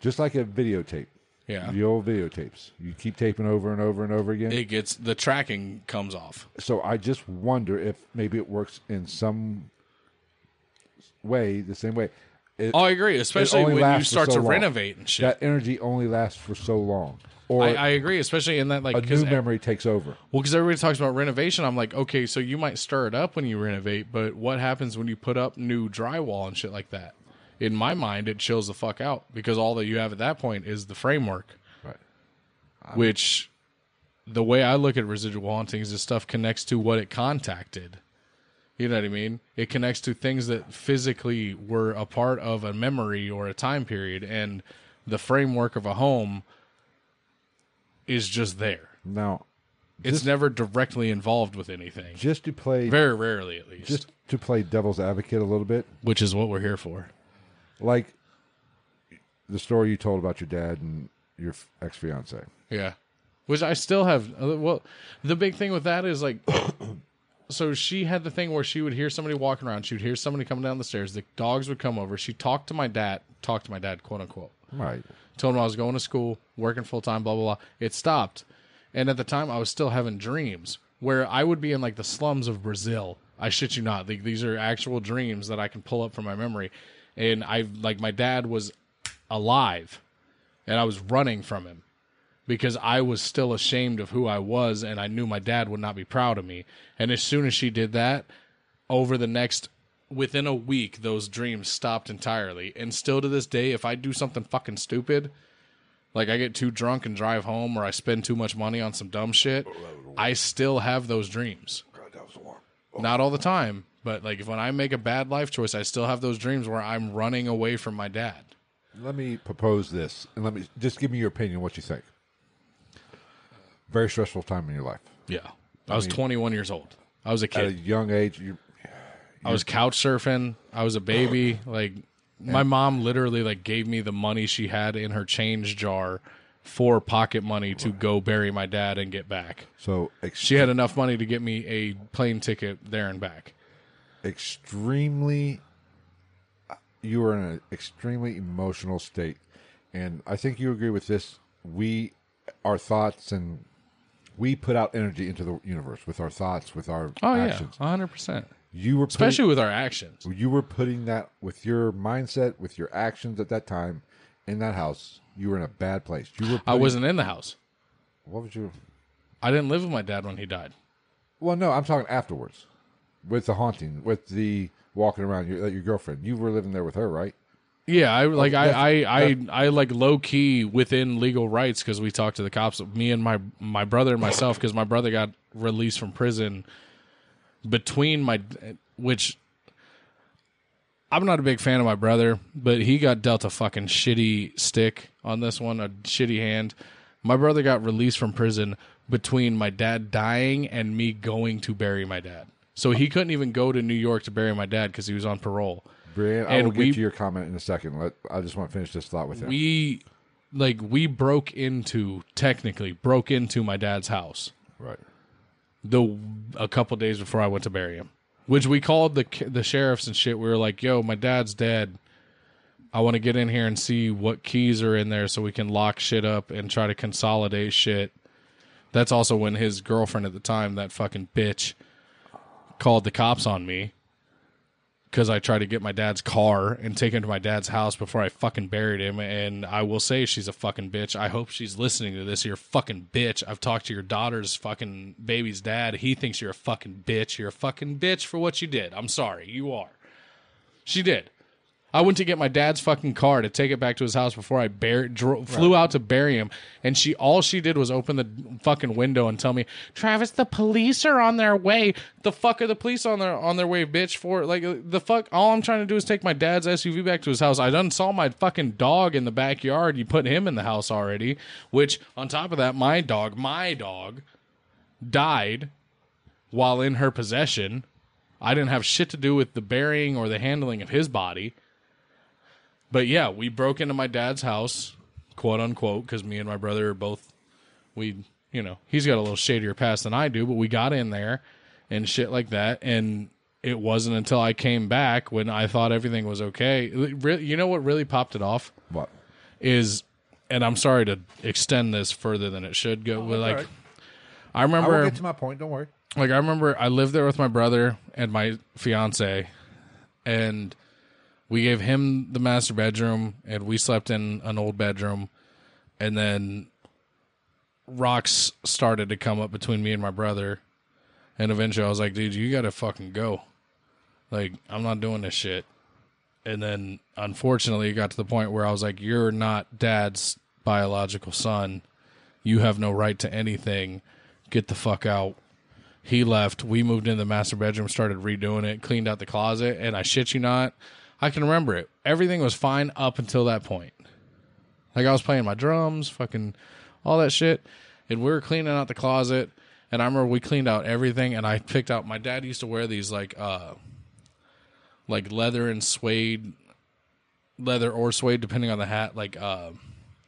A: Just like a videotape,
B: Yeah.
A: the old videotapes, you keep taping over and over and over again.
B: It gets the tracking comes off.
A: so I just wonder if maybe it works in some way, the same way. It,
B: Oh, I agree, especially
A: only
B: when you
A: lasts for
B: start
A: so
B: to
A: long.
B: renovate and shit.
A: that energy only lasts for so long, or
B: I, I agree, especially in that like
A: a
B: 'cause
A: new memory takes over.
B: Well, because everybody talks about renovation, I'm like, okay, so you might stir it up when you renovate, but what happens when you put up new drywall and shit like that? In my mind, it chills the fuck out because all that you have at that point is the framework,
A: Right.
B: which the way I look at residual hauntings is stuff connects to what it contacted. You know what I mean? It connects to things that physically were a part of a memory or a time period, and the framework of a home is just there.
A: Now,
B: It's never directly involved with anything.
A: just to play,
B: Very rarely, at least.
A: just to play devil's advocate a little bit,
B: which is what we're here for.
A: like the story you told about your dad and your ex fiance.
B: Yeah. Which I still have. uh, Well, the big thing with that is like, so she had the thing where she would hear somebody walking around. She would hear somebody coming down the stairs. The dogs would come over. She talked to my dad, talked to my dad, quote unquote.
A: Right.
B: Told him I was going to school, working full time, blah, blah, blah. It stopped. And at the time, I was still having dreams where I would be in like the slums of Brazil. I shit you not. Like, these are actual dreams that I can pull up from my memory. And I've like, my dad was alive and I was running from him because I was still ashamed of who I was and I knew my dad would not be proud of me. And as soon as she did that, over the next within a week those dreams stopped entirely. And still to this day if I do something fucking stupid, like I get too drunk and drive home or I spend too much money on some dumb shit, I still have those dreams. Not all the time, but like if when I make a bad life choice, I still have those dreams where I'm running away from my dad.
A: Let me propose this, and let me just give me your opinion. What you think? Very stressful time in your life.
B: Yeah. I was 21 years old. I was a
A: at
B: kid.
A: a young age. You,
B: I was couch surfing. I was a baby. Like my mom literally like gave me the money she had in her change jar for pocket money to go bury my dad and get back.
A: so
B: She had enough money to get me a plane ticket there and back.
A: extremely you were in an extremely emotional state and i think you agree with this we our thoughts and we put out energy into the universe with our thoughts with our
B: Oh
A: actions
B: yeah, hundred percent.
A: you were putting,
B: Especially with our actions.
A: you were putting that with your mindset with your actions at that time in that house you were in a bad place you were
B: I
A: putting-
B: wasn't in the house.
A: what was you
B: I didn't live with my dad when he died.
A: well no i'm talking afterwards with the haunting with the walking around your, your girlfriend you were living there with her right
B: Yeah, I like I, I I I like low key within legal rights because we talked to the cops. Me and my my brother and myself because my brother got released from prison between my which I'm not a big fan of my brother, but he got dealt a fucking shitty stick on this one, a shitty hand. My brother got released from prison between my dad dying and me going to bury my dad. So he couldn't even go to New York to bury my dad because he was on parole.
A: Brian, I
B: And
A: will
B: we-
A: get to your comment in a second. Let, I just want to finish this thought with him.
B: we like we broke into technically broke into my dad's house
A: right.
B: the a couple days before I went to bury him, which we called the the sheriffs and shit. We were like, "Yo, my dad's dead. I want to get in here and see what keys are in there so we can lock shit up and try to consolidate shit." That's also when his girlfriend at the time, that fucking bitch, called the cops on me because I tried to get my dad's car and take him to my dad's house before I fucking buried him. And I will say she's a fucking bitch. I hope she's listening to this. You're a fucking bitch. I've talked to your daughter's fucking baby's dad. He thinks you're a fucking bitch. You're a fucking bitch for what you did. I'm sorry. You are. She did. I went to get my dad's fucking car to take it back to his house before I bur- dro- flew out to bury him, and she all she did was open the fucking window and tell me, "Travis, the police are on their way." The fuck are the police on their on their way, bitch? For like the fuck, all I'm trying to do is take my dad's SUV back to his house. I done saw my fucking dog in the backyard. You put him in the house already. Which on top of that, my dog, my dog, died while in her possession. I didn't have shit to do with the burying or the handling of his body. But yeah, we broke into my dad's house, quote unquote, because me and my brother are both, we, you know, he's got a little shadier past than I do, but we got in there and shit like that. And it wasn't until I came back when I thought everything was okay. Re- re- You know what really popped it off?
A: What?
B: is, and I'm sorry to extend this further than it should
A: Oh,
B: go. but like, I
A: I
B: remember,
A: will get to my point. Don't worry.
B: like I remember, I lived there with my brother and my fiance, and we gave him the master bedroom, and we slept in an old bedroom, and then rocks started to come up between me and my brother, and eventually I was like, dude, you gotta fucking go. Like, I'm not doing this shit. And then unfortunately, it got to the point where I was like, you're not dad's biological son. You have no right to anything. Get the fuck out. He left. We moved into the master bedroom, started redoing it, cleaned out the closet. And I shit you not, I can remember it. Everything was fine up until that point. Like I was playing my drums, fucking all that shit. And we were cleaning out the closet. And I remember we cleaned out everything. And I picked out my dad used to wear these like uh like leather and suede leather or suede depending on the hat, like uh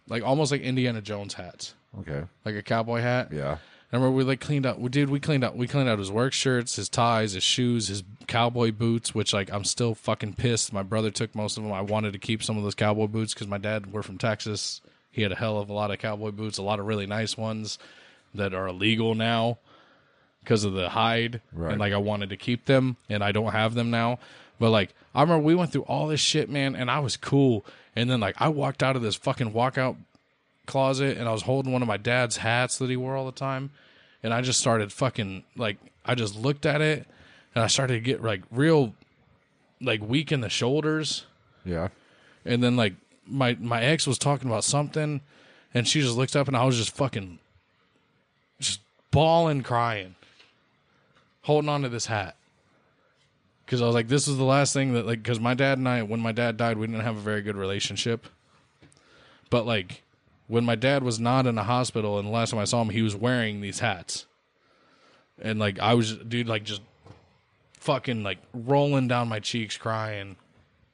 B: like almost like Indiana Jones hats.
A: Okay.
B: Like a cowboy hat.
A: Yeah.
B: I remember we like cleaned out. We did. We cleaned out. We cleaned out his work shirts, his ties, his shoes, his cowboy boots. Which like I'm still fucking pissed. My brother took most of them. I wanted to keep some of those cowboy boots because my dad were from Texas. He had a hell of a lot of cowboy boots. A lot of really nice ones that are illegal now because of the hide.
A: Right.
B: And like I wanted to keep them, and I don't have them now. But like I remember we went through all this shit, man, and I was cool. And then like I walked out of this fucking walkout closet and I was holding one of my dad's hats that he wore all the time. And I just started fucking like I just looked at it and I started to get like real like weak in the shoulders.
A: Yeah.
B: And then like my my ex was talking about something and she just looked up and I was just fucking just bawling crying. Holding on to this hat. Cause I was like, this is the last thing that like cause my dad and I when my dad died, we didn't have a very good relationship. But like when my dad was not in a hospital and the last time I saw him, he was wearing these hats. and like I was dude like just fucking like rolling down my cheeks crying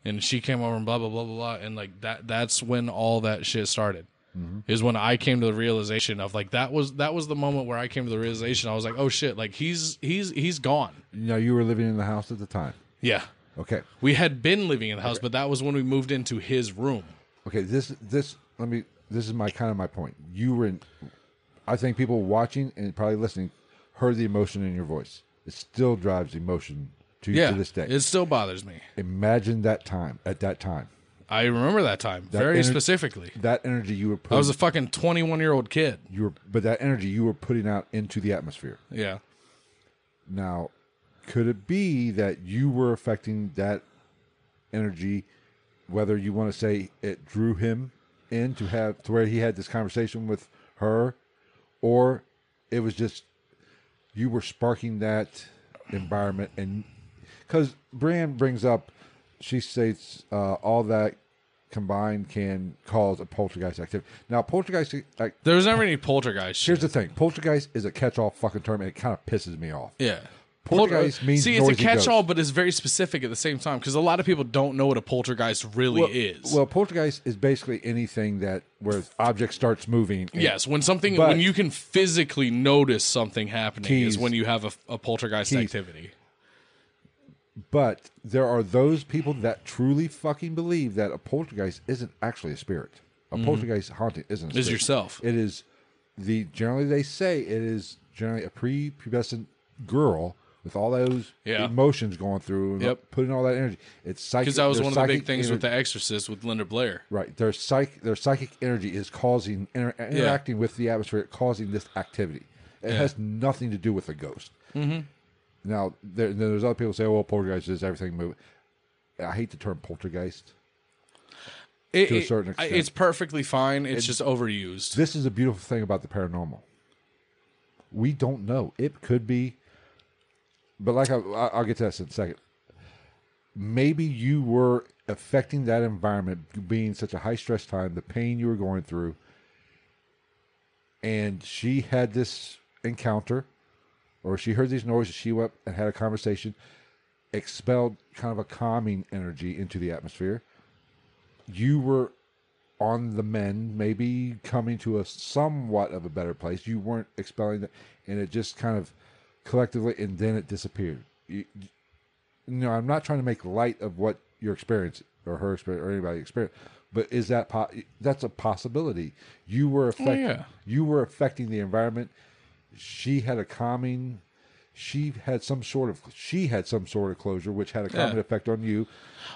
B: and she came over and blah blah blah blah blah and like that that's when all that shit started
A: Mm-hmm.
B: is when I came to the realization of like that was that was the moment where I came to the realization I was like oh shit like he's he's he's gone
A: Now you were living in the house at the time.
B: yeah
A: Okay.
B: we had been living in the house but that was when we moved into his room
A: Okay. This this let me. This is my kind of my point. You were in. I think people watching and probably listening heard the emotion in your voice. It still drives emotion to you
B: yeah
A: to this day.
B: it still bothers me
A: Imagine that time at that time.
B: I remember that time very
A: ener-
B: specifically
A: That energy you were
B: I
A: putting,
B: was a fucking 21 year old kid
A: you were, but that energy you were putting out into the atmosphere.
B: yeah
A: Now, could it be that you were affecting that energy, whether you want to say it drew him in to have to where he had this conversation with her, or it was just you were sparking that environment and because Brand brings up, she states uh, all that combined can cause a poltergeist activity. Now, poltergeist like,
B: there was never any poltergeist shit.
A: here's the thing: poltergeist is a catch-all fucking term, and it kind of pisses me off.
B: Yeah.
A: Poltergeist means
B: See, it's a
A: noisy ghost.
B: catch-all, but it's very specific at the same time because a lot of people don't know what a poltergeist really is.
A: Well, poltergeist is basically anything that where object starts moving. and
B: yes, when something
A: But-
B: when you can physically notice something happening
A: Keys.
B: is when you have a, a poltergeist
A: Keys.
B: activity.
A: But there are those people that truly fucking believe that a poltergeist isn't actually a spirit. A poltergeist haunting isn't. A
B: Mm-hmm. Is
A: spirit.
B: yourself.
A: It is the generally they say it is generally a prepubescent girl with all those
B: Yeah.
A: emotions going through and
B: Yep.
A: putting all that energy. It's psychic.
B: Because that was
A: their
B: one of the big
A: psychic
B: things with
A: ener-
B: The Exorcist with Linda Blair.
A: Right, their psych, their psychic energy is causing inter- interacting with the atmosphere, causing this activity. It has nothing to do with a ghost. Mm-hmm. Now, there, then there's other people say, "Oh, "Well, poltergeist is everything moving." I hate the term poltergeist.
B: It-
A: To a
B: it-
A: certain
B: I-
A: extent.
B: it's perfectly fine. It's just overused.
A: This is a beautiful thing about the paranormal. We don't know. It could be, but like I, I- I'll get to that in a second. Maybe you were affecting that environment, being such a high stress time, the pain you were going through, and she had this encounter, or she heard these noises. She went and had a conversation, expelled kind of a calming energy into the atmosphere. You were on the men, maybe coming to a somewhat of a better place. You weren't expelling that, and it just kind of collectively, and then it disappeared. You, you know, I'm not trying to make light of what your experience or her experience or anybody experience, but is that po- that's a possibility? You were affecting,
B: yeah.
A: you were affecting the environment. She had a calming. She had some sort of she had some sort of closure, which had a calming
B: Yeah.
A: effect on you.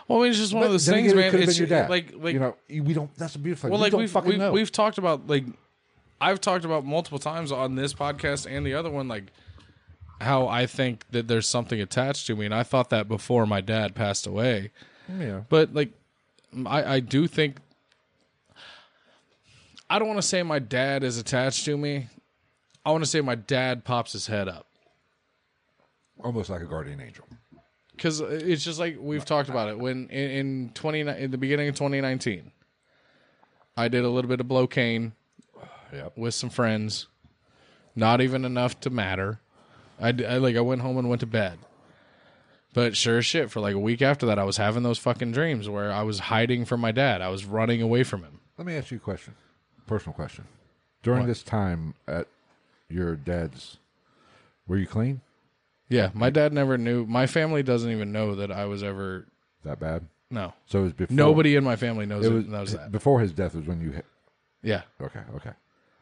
B: Well, I mean, it's just one of
A: But
B: those
A: then
B: things,
A: again, it
B: man.
A: could've
B: It's
A: been your dad.
B: like like
A: you know, we don't. That's a beautiful thing.
B: Well,
A: we
B: like
A: don't
B: we've
A: fucking
B: we've,
A: know.
B: we've talked about like I've talked about multiple times on this podcast and the other one like how I think that there's something attached to me, and I thought that before my dad passed away.
A: yeah.
B: But like, I I do think I don't want to say my dad is attached to me. I want to say my dad pops his head up
A: almost like a guardian angel.
B: because it's just like we've talked about it when in, in 20 in the beginning of 2019 i did a little bit of blow cane
A: Yep.
B: with some friends not even enough to matter I, d- I, like i went home and went to bed but sure as shit for like a week after that i was having those fucking dreams where i was hiding from my dad i was running away from him
A: Let me ask you a question, personal question. During this time at your dad's, were you clean
B: yeah my dad never knew my family doesn't even know that i was ever
A: that bad?
B: no
A: So it was before.
B: nobody in my family knows
A: It
B: it
A: was,
B: knows that
A: before his death was when you hit.
B: yeah
A: Okay. Okay.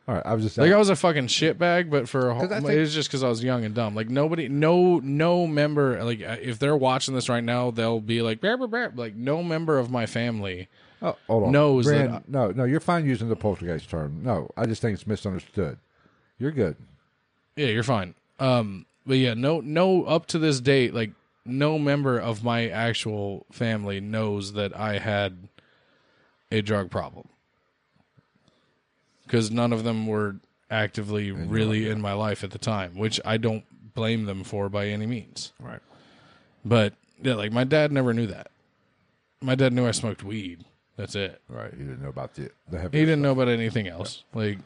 A: All right. I was just
B: Like
A: saying.
B: I was a fucking shitbag, but for a whole,
A: 'Cause I
B: it
A: think-
B: was just because I was young and dumb. Like nobody, no, no member. Like uh, if they're watching this right now, they'll be like, "Brr, brr, brr." like no member of my family.
A: oh, hold on.
B: knows that
A: Brand, no, no, you're fine using the poltergeist term. No, I just think it's misunderstood. You're good.
B: Yeah, you're fine. Um, but yeah, no, no. Up to this date, like no member of my actual family knows that I had a drug problem because none of them were actively really in my life at the time, which I don't blame them for by any means.
A: Right.
B: But yeah, like my dad never knew that. My dad knew I smoked weed. That's it.
A: Right. You didn't know about the the
B: He
A: heavy.
B: didn't know about anything else. Like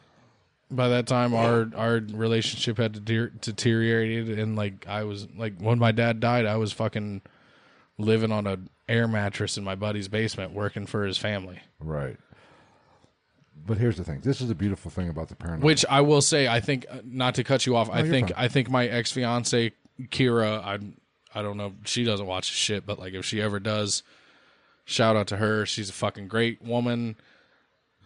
B: by that time our our relationship had deter- deteriorated and like i was like when my dad died i was fucking living on a air mattress in my buddy's basement working for his family
A: Right. But here's the thing. This is the beautiful thing about the paranormal.
B: which i will say i think uh, not to cut you off i
A: you're
B: think
A: fine.
B: i think my ex-fiance kira i i don't know she doesn't watch shit but like if she ever does shout out to her she's a fucking great woman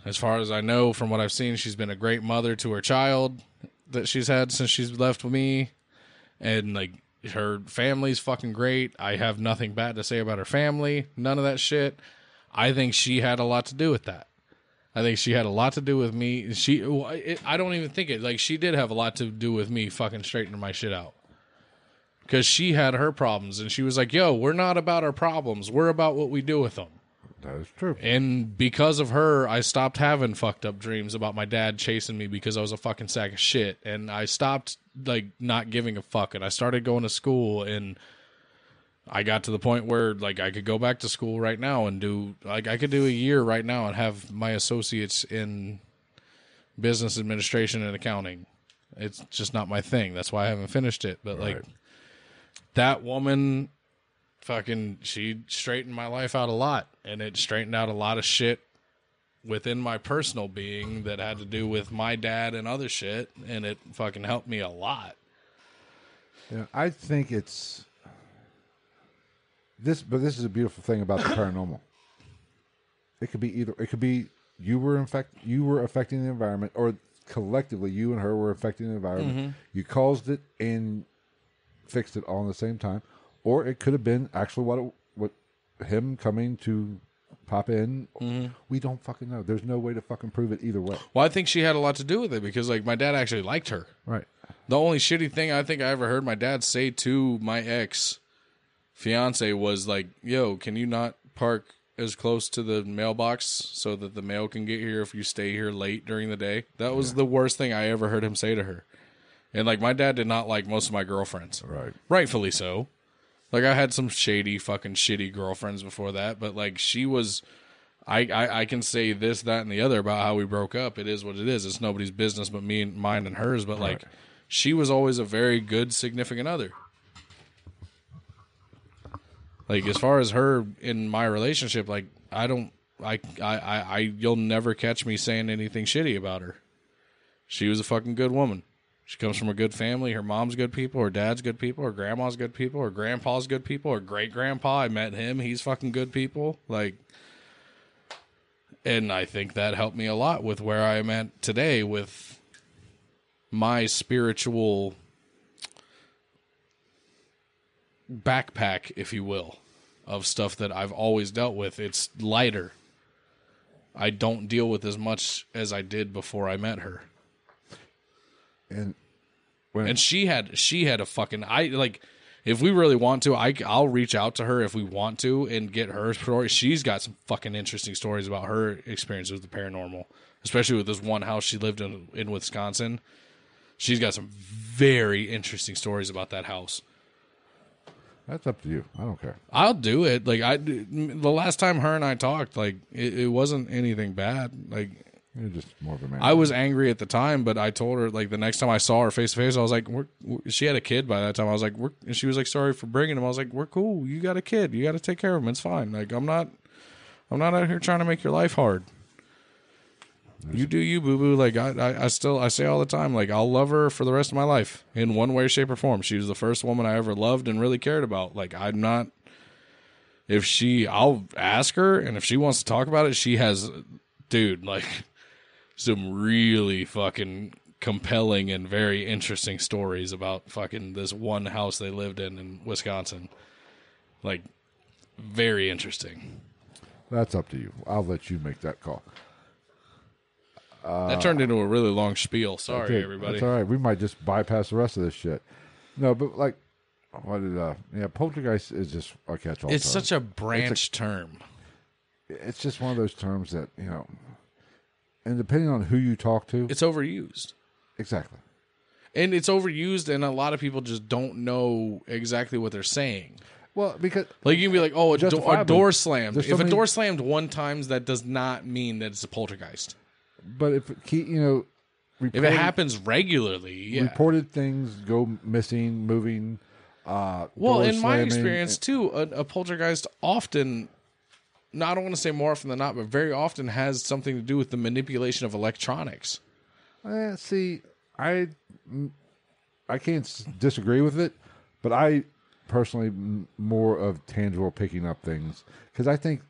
B: as far as i know from what i've seen she's been a great mother to her child that she's had since she's left with me and like her family's fucking great i have nothing bad to say about her family none of that shit i think she had a lot to do with that I think she had a lot to do with me. She, well, it, I don't even think it. Like she did have a lot to do with me fucking straightening my shit out. Because she had her problems, and she was like, "Yo, we're not about our problems. We're about what we do with them."
A: that is true.
B: And because of her, I stopped having fucked up dreams about my dad chasing me because I was a fucking sack of shit. And I stopped like not giving a fuck. And I started going to school and I got to the point where like I could go back to school right now and do like I could do a year right now and have my associates in business administration and accounting. It's just not my thing. That's why I haven't finished it. But like
A: Right.
B: that woman fucking she straightened my life out a lot and it straightened out a lot of shit within my personal being that had to do with my dad and other shit and it fucking helped me a lot
A: Yeah, I think it's this, but this is a beautiful thing about the paranormal. It could be either. It could be you were infect, you were affecting the environment, or collectively you and her were affecting the environment. You caused it and fixed it all in the same time, or it could have been actually what it, what him coming to pop in. We don't fucking know. There's no way to fucking prove it either way.
B: well i think she had a lot to do with it because like my dad actually liked her
A: Right.
B: the only shitty thing i think i ever heard my dad say to my ex fiance was like yo can you not park as close to the mailbox so that the mail can get here if you stay here late during the day that was the worst thing i ever heard him say to her and like my dad did not like most of my girlfriends
A: Right.
B: rightfully so. Like I had some shady fucking shitty girlfriends before that, but like she was I, I I can say this that and the other about how we broke up. It is what it is. It's nobody's business but me and mine and hers, but like she was always a very good significant other. Like as far as her in my relationship, like I don't I I I, I you'll never catch me saying anything shitty about her. She was a fucking good woman. She comes from a good family. Her mom's good people. Her dad's good people. Her grandma's good people. Her grandpa's good people. Her great grandpa, I met him. He's fucking good people. Like, and I think that helped me a lot with where I am at today with my spiritual backpack, if you will, of stuff that I've always dealt with. It's lighter. I don't deal with as much as I did before I met her
A: And when
B: and she had she had a fucking i like if we really want to I, i'll reach out to her if we want to and get her story she's got some fucking interesting stories about her experiences with the paranormal especially with this one house she lived in in wisconsin she's got some very interesting stories about that house
A: that's up to you. I don't care.
B: I'll do it. Like I, the last time her and I talked, like it, it wasn't anything bad. Like
A: You're just more of a man.
B: I was angry at the time, but I told her like the next time I saw her face to face, I was like, we're, we're- she had a kid by that time. I was like, we're, and she was like, sorry for bringing him. I was like, we're cool. You got a kid. You got to take care of him. It's fine. Like I'm not, I'm not out here trying to make your life hard. You do you, boo boo. Like I, I, I still, I say all the time, like I'll love her for the rest of my life in one way, shape, or form. She was the first woman I ever loved and really cared about. Like I'm not. If she, I'll ask her, and if she wants to talk about it, she has, dude, like some really fucking compelling and very interesting stories about fucking this one house they lived in in Wisconsin. Like, very interesting.
A: That's up to you. I'll let you make that call.
B: that turned into a really long spiel. Sorry,
A: Dude,
B: everybody.
A: That's all right. We might just bypass the rest of this shit. No, but like, what did uh? Yeah, poltergeist is just a catch-all.
B: It's
A: term.
B: such a branch term.
A: It's just one of those terms that you know, and depending on who you talk to,
B: It's overused.
A: exactly.
B: And it's overused, and a lot of people just don't know exactly what they're saying.
A: Well, because
B: Like, you can be like, oh, a, do- a
A: Justifiably.
B: door slammed.
A: There's so
B: if a
A: many-
B: door slammed one times, that does not mean that it's a poltergeist.
A: but if keep you know,
B: If it happens regularly, yeah.
A: reported things go missing, moving. Uh,
B: Well,
A: doors
B: in my
A: slamming,
B: experience too, a, a poltergeist often, no, I don't want to say more often than not, but very often has something to do with the manipulation of electronics.
A: Eh, see, I mm, I can't s- disagree with it, but I personally m- more of tangible picking up things because I think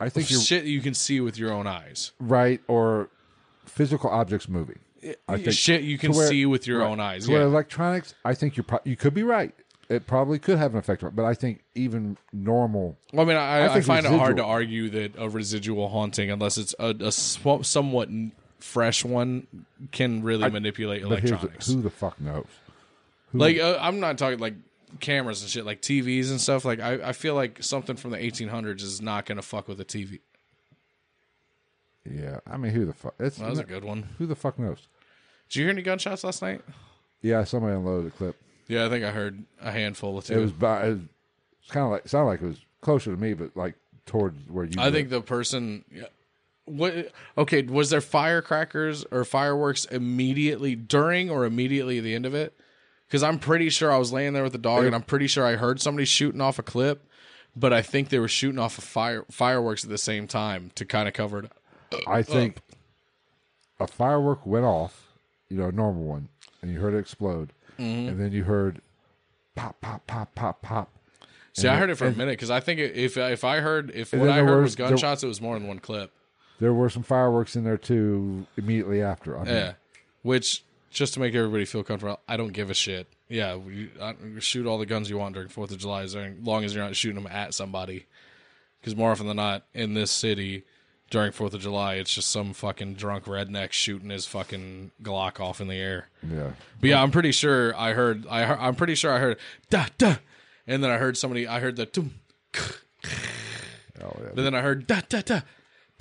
A: I think you're
B: Shit you can see with your own eyes.
A: right or physical objects moving. I think
B: Shit you can
A: to where-
B: see with your
A: right,
B: own eyes.
A: to where
B: Yeah.
A: electronics, I think you pro- you could be right. It probably could have an effect, on it, but I think even normal
B: Well, I mean, I,
A: I
B: I,
A: think
B: find it hard to
A: residual-
B: argue that a residual haunting, unless it's a, a sw- somewhat n- fresh one, can really manipulate
A: but here's the-
B: electronics.
A: who the fuck knows?
B: like uh, I'm not talking like cameras and shit, like TVs and stuff. Like I, I feel like something from the 1800s is not going to fuck with a TV.
A: Yeah, I mean, who the fuck? It's,
B: That was a good one.
A: Who the fuck knows?
B: Did you hear any gunshots last night?
A: Yeah, somebody unloaded a clip.
B: Yeah, I think I heard a handful of two.
A: It was by. It was, kind of like sounded like it was closer to me, but like towards where you.
B: I
A: were.
B: think the person. yeah. What? Okay, was there firecrackers or fireworks immediately during or immediately at the end of it? Because I'm pretty sure I was laying there with the dog, and I'm pretty sure I heard somebody shooting off a clip, but I think they were shooting off a fire fireworks at the same time to kind of cover it. up.
A: I think a firework went off, you know, a normal one, and you heard it explode,
B: Mm-hmm.
A: and then you heard pop, pop, pop, pop, pop.
B: See, I heard it for a minute because I think it- if if I heard if
A: And
B: what
A: then
B: I
A: there
B: heard
A: were-
B: was
A: there-
B: gunshots, it was more than one clip.
A: There were some fireworks in there too immediately after. I mean,
B: Yeah, which just to make everybody feel comfortable, I don't give a shit. Yeah, you, I, you shoot all the guns you want during Fourth of July, as long as you're not shooting them at somebody. Because more often than not, in this city, during Fourth of July, it's just some fucking drunk redneck shooting his fucking Glock off in the air.
A: yeah.
B: But yeah, I'm pretty sure I heard. I heard, I'm pretty sure I heard da da, and then I heard somebody. I heard the doom,
A: Oh, yeah.
B: but then I heard da da da.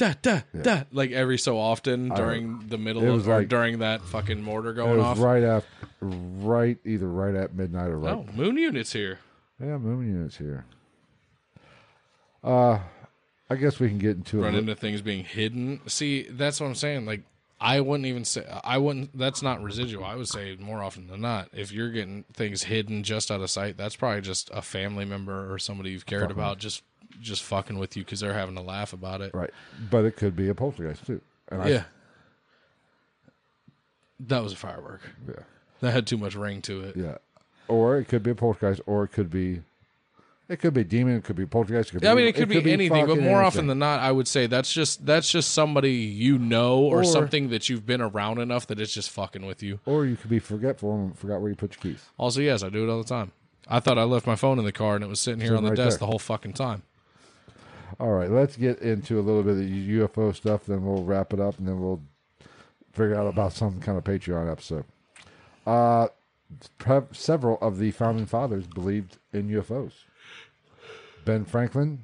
B: Da, da, da, like every so often during the middle
A: It
B: of
A: was
B: or
A: like-
B: during that fucking mortar
A: It
B: going
A: was
B: off.
A: right after, right either right at midnight or right.
B: Oh, Moon Unit's here.
A: Yeah, moon units here. Uh, I guess we can get into
B: Run
A: it.
B: into things being hidden. See, that's what I'm saying. Like, I wouldn't even say I wouldn't. That's not residual. I would say more often than not, if you're getting things hidden just out of sight, that's probably just a family member or somebody you've cared about just just fucking with you because they're having a laugh about it.
A: Right, but it could be a poltergeist too. And I,
B: Yeah. That was a firework.
A: yeah,
B: That had too much ring to it.
A: yeah. Or it could be a poltergeist, or it could be, it could be demon, it could be poltergeist. It could be
B: I mean, it could, be, anything, but
A: fucking
B: more often
A: anything.
B: than not, I would say that's just that's just somebody you know or,
A: Or-
B: something that you've been around enough that it's just fucking with you.
A: or you could be forgetful and forgot where you put your keys.
B: Also, yes, I do it all the time. I thought I left my phone in the car and it was sitting here
A: Sitting
B: on the
A: right
B: desk
A: there.
B: the whole fucking time.
A: All right, let's get into a little bit of the UFO stuff, then we'll wrap it up, and then we'll figure out about some kind of Patreon episode. Uh, pre- several of the founding fathers believed in UFOs. Ben Franklin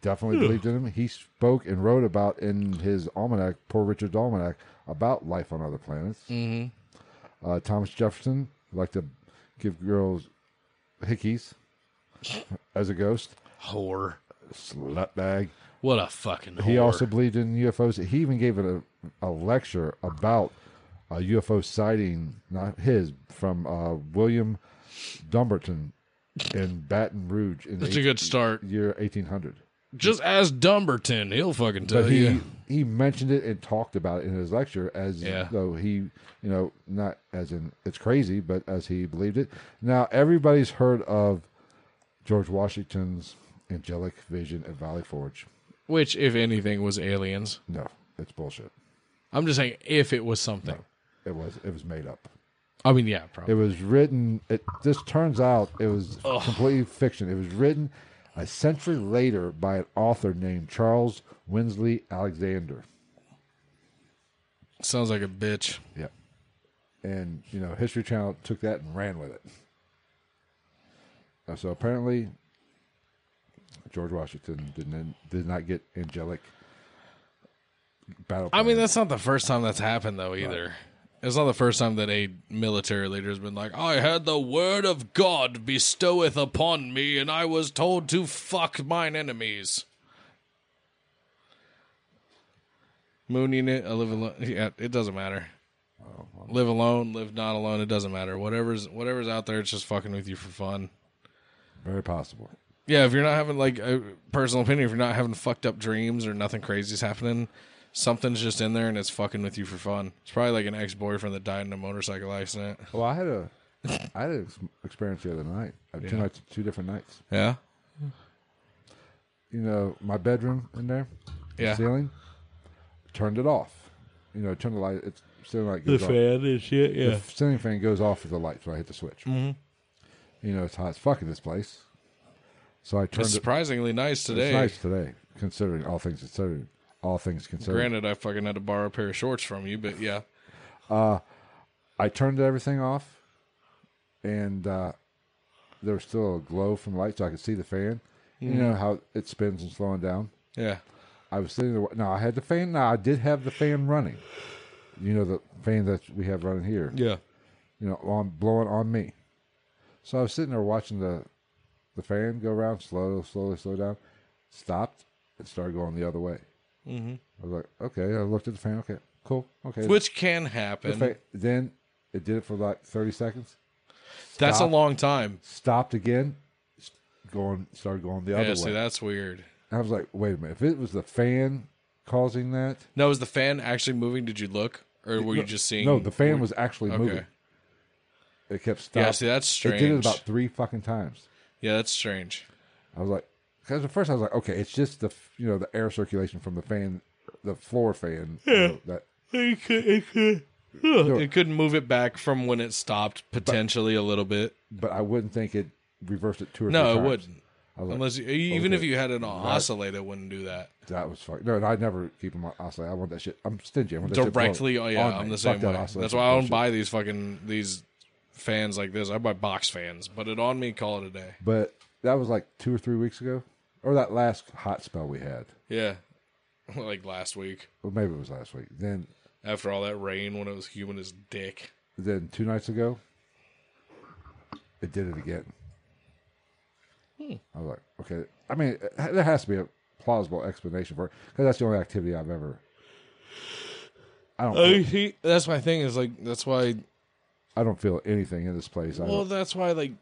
A: definitely believed in them. He spoke and wrote about in his almanac, Poor Richard's Almanac, about life on other planets. Mm-hmm. Uh, Thomas Jefferson liked to give girls hickeys as a ghost.
B: Whore.
A: Slutbag.
B: What a fucking whore.
A: He also believed in UFOs. He even gave it a, a lecture about uh, a UFO sighting, not his, from uh, William Dumbarton in Baton Rouge in the
B: That's a
A: eight-
B: good start.
A: year 1800.
B: Just ask Dumberton. He'll fucking tell
A: But he
B: you.
A: he mentioned it and talked about it in his lecture as
B: Yeah.
A: though he, you know, not as in it's crazy, but as he believed it. Now everybody's heard of George Washington's angelic vision at Valley Forge.
B: Which, if anything, was aliens.
A: No, it's bullshit.
B: I'm just saying, if it was something.
A: It was it was made up.
B: I mean, yeah,
A: It
B: probably.
A: was written. It this turns out it was completely fiction. It was written a century later by an author named Charles Winsley Alexander.
B: Sounds like a bitch.
A: Yeah, and you know History Channel took that and ran with it. Uh, So apparently, George Washington didn't did not get angelic battle.
B: I mean,
A: plans.
B: that's not the first time that's happened, though, either. It's not the first time that a military leader has been like, I had the word of God bestoweth upon me, and I was told to fuck mine enemies. Moon unit, I live alone. Yeah, it doesn't matter.
A: Well,
B: Live alone, live not alone. It doesn't matter. Whatever's whatever's out there, it's just fucking with you for fun.
A: very possible.
B: Yeah, if you're not having like a personal opinion, if you're not having fucked up dreams or nothing crazy's happening, something's just in there and it's fucking with you for fun. It's probably like an ex boyfriend that died in a motorcycle accident.
A: Well, I had a, I had an ex- experience the other night. Uh, Two nights, two different nights.
B: Yeah,
A: You know, my bedroom in there,
B: yeah.
A: ceiling, turned it off. You know, turned the light. It's ceiling light goes off.
B: and shit.
A: The
B: Yeah,
A: ceiling fan goes off with the lights when I hit the switch. You know, it's hot as fuck in this place. So I turned
B: it's
A: it.
B: surprisingly nice today.
A: It's nice today, considering all things considered. All things considered,
B: Granted, I fucking had to borrow a pair of shorts from you, but yeah,
A: I turned everything off, and uh, there was still a glow from the light, so I could see the fan. You
B: Mm-hmm.
A: know how it spins and slowing down.
B: yeah.
A: I was sitting there. No, I had the fan. No, I did have the fan running. You know the fan that we have running here.
B: Yeah.
A: You know, on blowing on me. So I was sitting there watching the the fan go around slow, slowly, slow down. Stopped and started going the other way. Mm-hmm. I was like, okay. I looked at the fan. Okay, cool. Okay.
B: Which can
A: The
B: happen.
A: fa- then it did it for like thirty seconds.
B: That's a
A: Stop.
B: long time.
A: Stopped again. s- Going started going the other
B: Yeah,
A: way.
B: see, that's weird.
A: I was like, wait a minute. If it was the fan causing that,
B: Now, is the fan actually moving? Did you look, or were you
A: No,
B: just seeing?
A: No, the fan was actually moving.
B: Okay.
A: It kept stopping.
B: Yeah, see, that's
A: It did it
B: strange.
A: about three fucking times.
B: Yeah, that's strange.
A: I was like, because at first I was like, okay, it's just the f- you know the air circulation from the fan, the floor fan. you know, that
B: It, could, it, could, not move it back from when it stopped, potentially a little bit.
A: but I wouldn't think it reversed it two or
B: No,
A: three
B: it
A: times.
B: wouldn't.
A: I was like,
B: Unless you, even if
A: okay.
B: you had an oscillator, it wouldn't do that
A: That was fuck. No, and I never keep them on oscillator. I want that shit. I'm stingy. I want that shit blown
B: directly. Oh yeah,
A: on
B: I'm
A: me.
B: the
A: Fuck
B: same
A: that
B: way.
A: oscillator
B: That's why I don't
A: bullshit.
B: buy these fucking these fans like this. I buy box fans. But it on me, call it a day.
A: But that was like two or three weeks ago, or that last hot spell we had.
B: Yeah, like last week
A: Well, maybe it was last week. Then
B: after all that rain when it was humid as dick.
A: then two nights ago, it did it again. I was like, okay. I mean, it- there has to be a plausible explanation for it because that's the only activity I've ever. I don't. Feel,
B: that's my thing. Is like that's why
A: I don't feel anything in this place. I
B: Well,
A: don't,
B: that's why, like,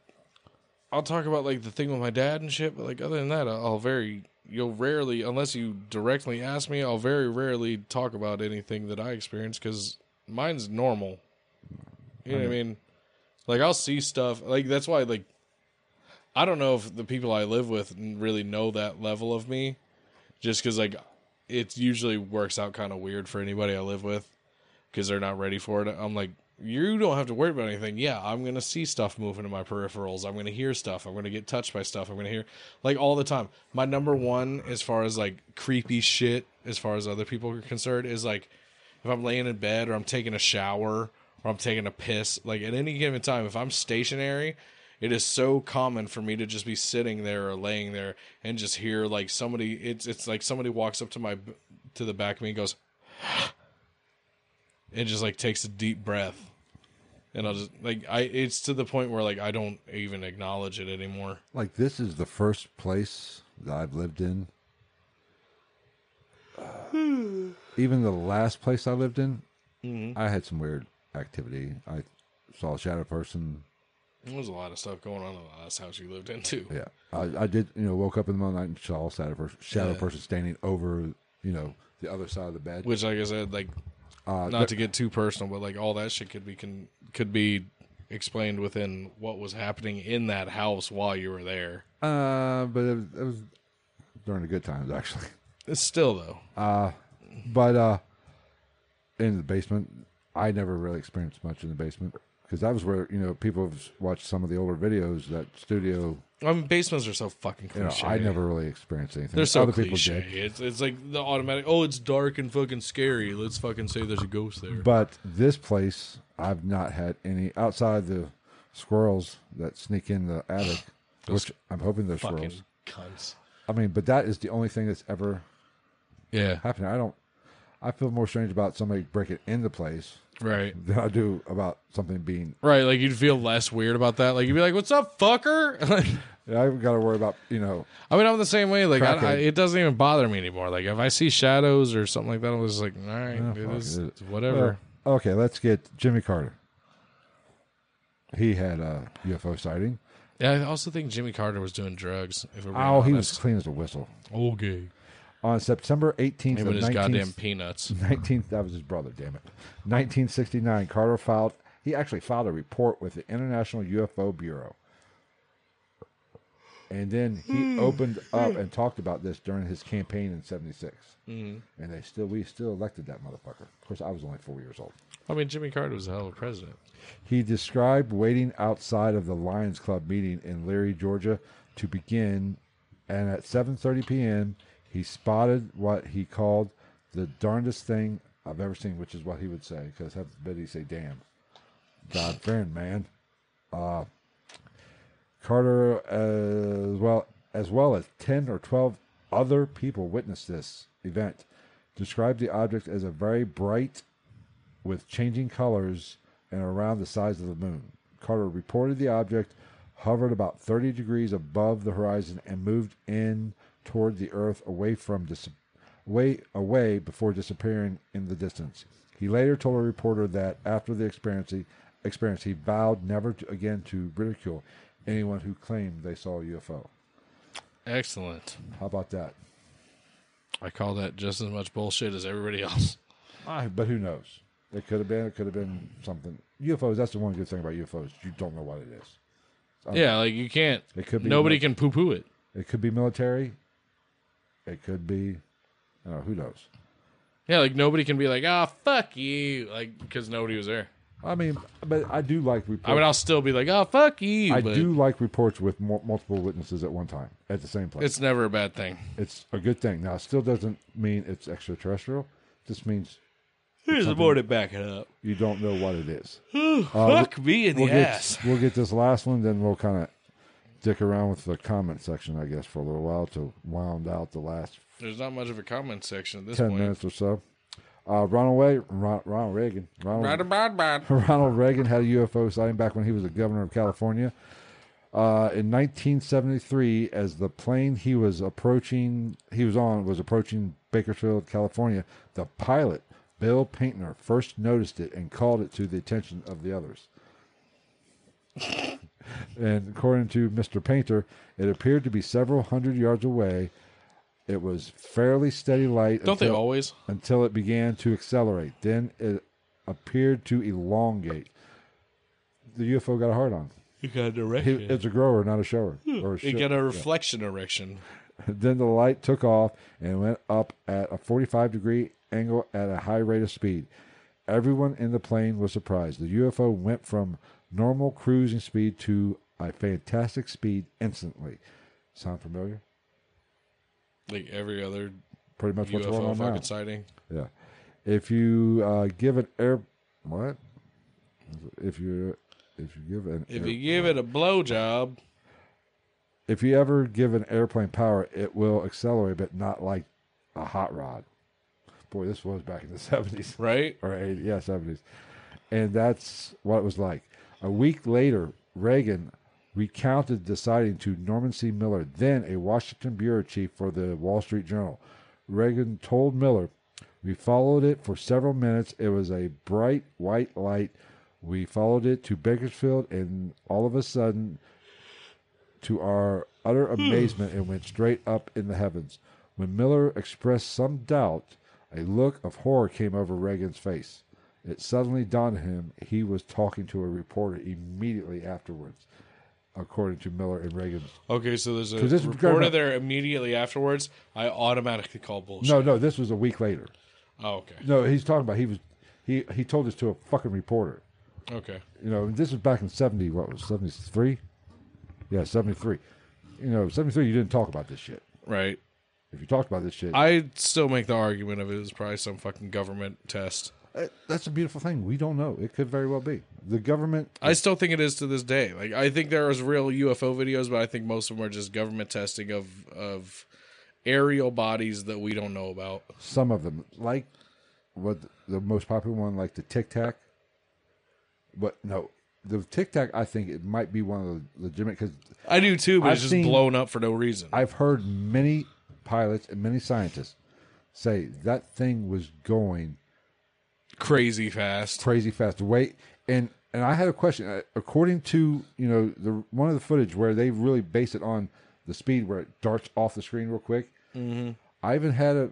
B: I'll talk about like the thing with my dad and shit, but like other than that, I'll very you'll rarely, unless you directly ask me, I'll very rarely talk about anything that I experience because mine's normal. You know what I mean? Like I'll see stuff like that's why like I don't know if the people I live with n- really know that level of me, just because like it usually works out kind of weird for anybody I live with because they're not ready for it. I'm like, you don't have to worry about anything. Yeah, I'm gonna see stuff moving in my peripherals. I'm gonna hear stuff. I'm gonna get touched by stuff. I'm gonna hear like all the time. My number one, as far as like creepy shit, as far as other people are concerned, is like if I'm laying in bed or I'm taking a shower or I'm taking a piss. Like at any given time, if I'm stationary. It is so common for me to just be sitting there or laying there and just hear like somebody. It's it's like somebody walks up to my b- to the back of me and goes, and just like takes a deep breath and i'll just like i it's to the point where like i don't even acknowledge it anymore
A: like this is the first place that I've lived in. Even the last place I lived in, I had some weird activity. I saw a shadow person.
B: there was a lot of stuff going on in the last house you lived in too
A: Yeah, I, I did. You know, woke up in the middle of the night and saw a shadow person, shadow
B: Yeah.
A: person standing over, you know, the other side of the bed.
B: which like i said like
A: Uh,
B: not to get too personal but like all that shit could be can could be explained within what was happening in that house while you were there
A: uh, but it was, it was during the good times actually.
B: it's still though
A: Uh, But uh, in the basement, I never really experienced much in the basement because that was where you know people have watched some of the older videos that studio.
B: i mean basements are so fucking
A: You know,
B: cliche
A: I never really experienced anything.
B: they're so
A: other people
B: cliche.
A: did.
B: It's, it's like the automatic. Oh, it's dark and fucking scary. Let's fucking say there's a ghost there.
A: But this place, I've not had any outside the squirrels that sneak in the attic, which I'm hoping they're
B: fucking
A: squirrels.
B: cunts.
A: I mean, but that is the only thing that's ever
B: Yeah.
A: happened. I don't. I feel more strange about somebody breaking into place
B: Right.
A: than I do about something being.
B: Right, like you'd feel less weird about that. Like you'd be like, "What's up, fucker?"
A: I haven't got to worry about you know.
B: I mean, I'm the same way. Like I, I,
A: Crackhead.
B: it doesn't even bother me anymore. Like if I see shadows or something like that, I'm just like, "All right, it
A: fuck
B: is
A: it."
B: it's whatever."
A: Okay, let's get Jimmy Carter. He had a UFO sighting.
B: Yeah, I also think Jimmy Carter was doing drugs. If we're
A: Oh, he was clean as a whistle.
B: okay.
A: On September 18th
B: Him
A: of
B: and his
A: 19...
B: goddamn peanuts.
A: 19th that was his brother damn it 1969 carter filed he actually filed a report with the international ufo bureau and then he opened up and talked about this during his campaign in 76 mm-hmm. and they still we still elected that motherfucker of course i was only four years old
B: I mean, Jimmy Carter was a hell of a president.
A: he described waiting outside of the Lions Club meeting in Leary, Georgia, to begin, and at 7:30 p.m., he spotted what he called the darndest thing I've ever seen, which is what he would say because have the he say, "Damn, God fearing man." Uh, Carter, as well as well as 10 or 12 other people, witnessed this event. Described the object as a very bright with changing colors and around the size of the moon. Carter reported the object hovered about 30 degrees above the horizon and moved in toward the earth away from dis- away, away before disappearing in the distance. He later told a reporter that after the experience, he- experience he vowed never to, again to ridicule anyone who claimed they saw a UFO.
B: Excellent.
A: How about that?
B: I call that just as much bullshit as everybody else.
A: I, but who knows? It could have been. It could have been something. UFOs. That's the one good thing about UFOs. You don't know what it is.
B: Yeah, like you can't.
A: Um, It could be
B: nobody
A: like-
B: can poo poo it.
A: It could be military. It could be, uh, who knows?
B: Yeah, like nobody can be like, ah, fuck you, like because nobody was there.
A: I mean, but I do like reports.
B: I mean, I'll still be like, oh, fuck you.
A: I
B: but
A: do like reports with mul- multiple witnesses at one time at the same place. It's,
B: It's never a bad thing.
A: a good thing. Now, it still doesn't mean it's extraterrestrial. Just means
B: Here's the board to back it up.
A: you don't know what it is. Uh,
B: fuck me in
A: We'll
B: the
A: get,
B: ass.
A: we'll get this last one, then we'll kind of dick around with the comment section, I guess, for a little while to wound out the last
B: There's not much of a comment section at this
A: 10
B: point.
A: minutes or so. Uh, Ronald, Way, Ron, Ronald Reagan. Ronald,
B: Right about that.
A: Ronald Reagan had a UFO sighting back when he was the governor of California. Uh, in 1973, as the plane he was approaching, he was on, was approaching Bakersfield, California, the pilot, Bill Paintner, first noticed it and called it to the attention of the others. and according to Mr. Painter, it appeared to be several hundred yards away. It was fairly steady light.
B: Don't they
A: until-
B: always?
A: until it began to accelerate. Then it appeared to elongate. The UFO got a hard on.
B: You got a
A: It-
B: direction.
A: It's a grower, not a shower. Or a
B: You
A: sho-
B: got a reflection erection.
A: Then the light took off and went up at a 45 degree angle at a high rate of speed. Everyone in the plane was surprised. The UFO went from normal cruising speed to a fantastic speed instantly. Sound familiar?
B: Like every other
A: Pretty much what's going
B: UFO
A: on now.
B: fucking sighting.
A: Yeah. If you uh, give an air, what? If you if you give an
B: If
A: air-
B: you give it a blowjob,
A: if you ever give an airplane power, it will accelerate, but not like a hot rod. Boy, this was back in the seventies
B: right?
A: or 80, yeah seventies, and that's what it was like. A week later, Reagan recounted deciding to Norman C. Miller, then a Washington bureau chief for the Wall Street Journal. Reagan told Miller, "We followed it for several minutes. It was a bright white light. We followed it to Bakersfield, and all of a sudden." To our utter amazement, it went straight up in the heavens. When Miller expressed some doubt, a look of horror came over Reagan's face. It suddenly dawned on him he was talking to a reporter immediately afterwards, according to Miller and Reagan's.
B: Okay, so there's a
A: this is
B: reporter
A: government-
B: there immediately afterwards. I automatically call bullshit.
A: No, no, this was a week later.
B: Oh, okay.
A: No, he's talking about he was he he told this to a fucking reporter.
B: Okay.
A: You know, and this was back in seventy. What was seventy three? Yeah, seventy three. You know, seventy three. You didn't talk about this shit.
B: Right.
A: If you talked about this shit,
B: I still make the argument of it was probably some fucking government test.
A: Uh, That's a beautiful thing. We don't know. It could very well be. The government.
B: I still think it is to this day. Like I think there is real UFO videos, but I think most of them are just government testing of of aerial bodies that we don't know about.
A: Some of them, like what the most popular one, like the Tic Tac. But no, the Tic Tac. I think it might be one of the legitimate because
B: I do too, but
A: I've
B: it's just
A: seen-
B: blown up for no reason.
A: I've heard many pilots and many scientists say that thing was going
B: crazy fast.
A: crazy fast weight and and i had a question Uh, according to you know the one of the footage where they really base it on the speed where it darts off the screen real quick i even had a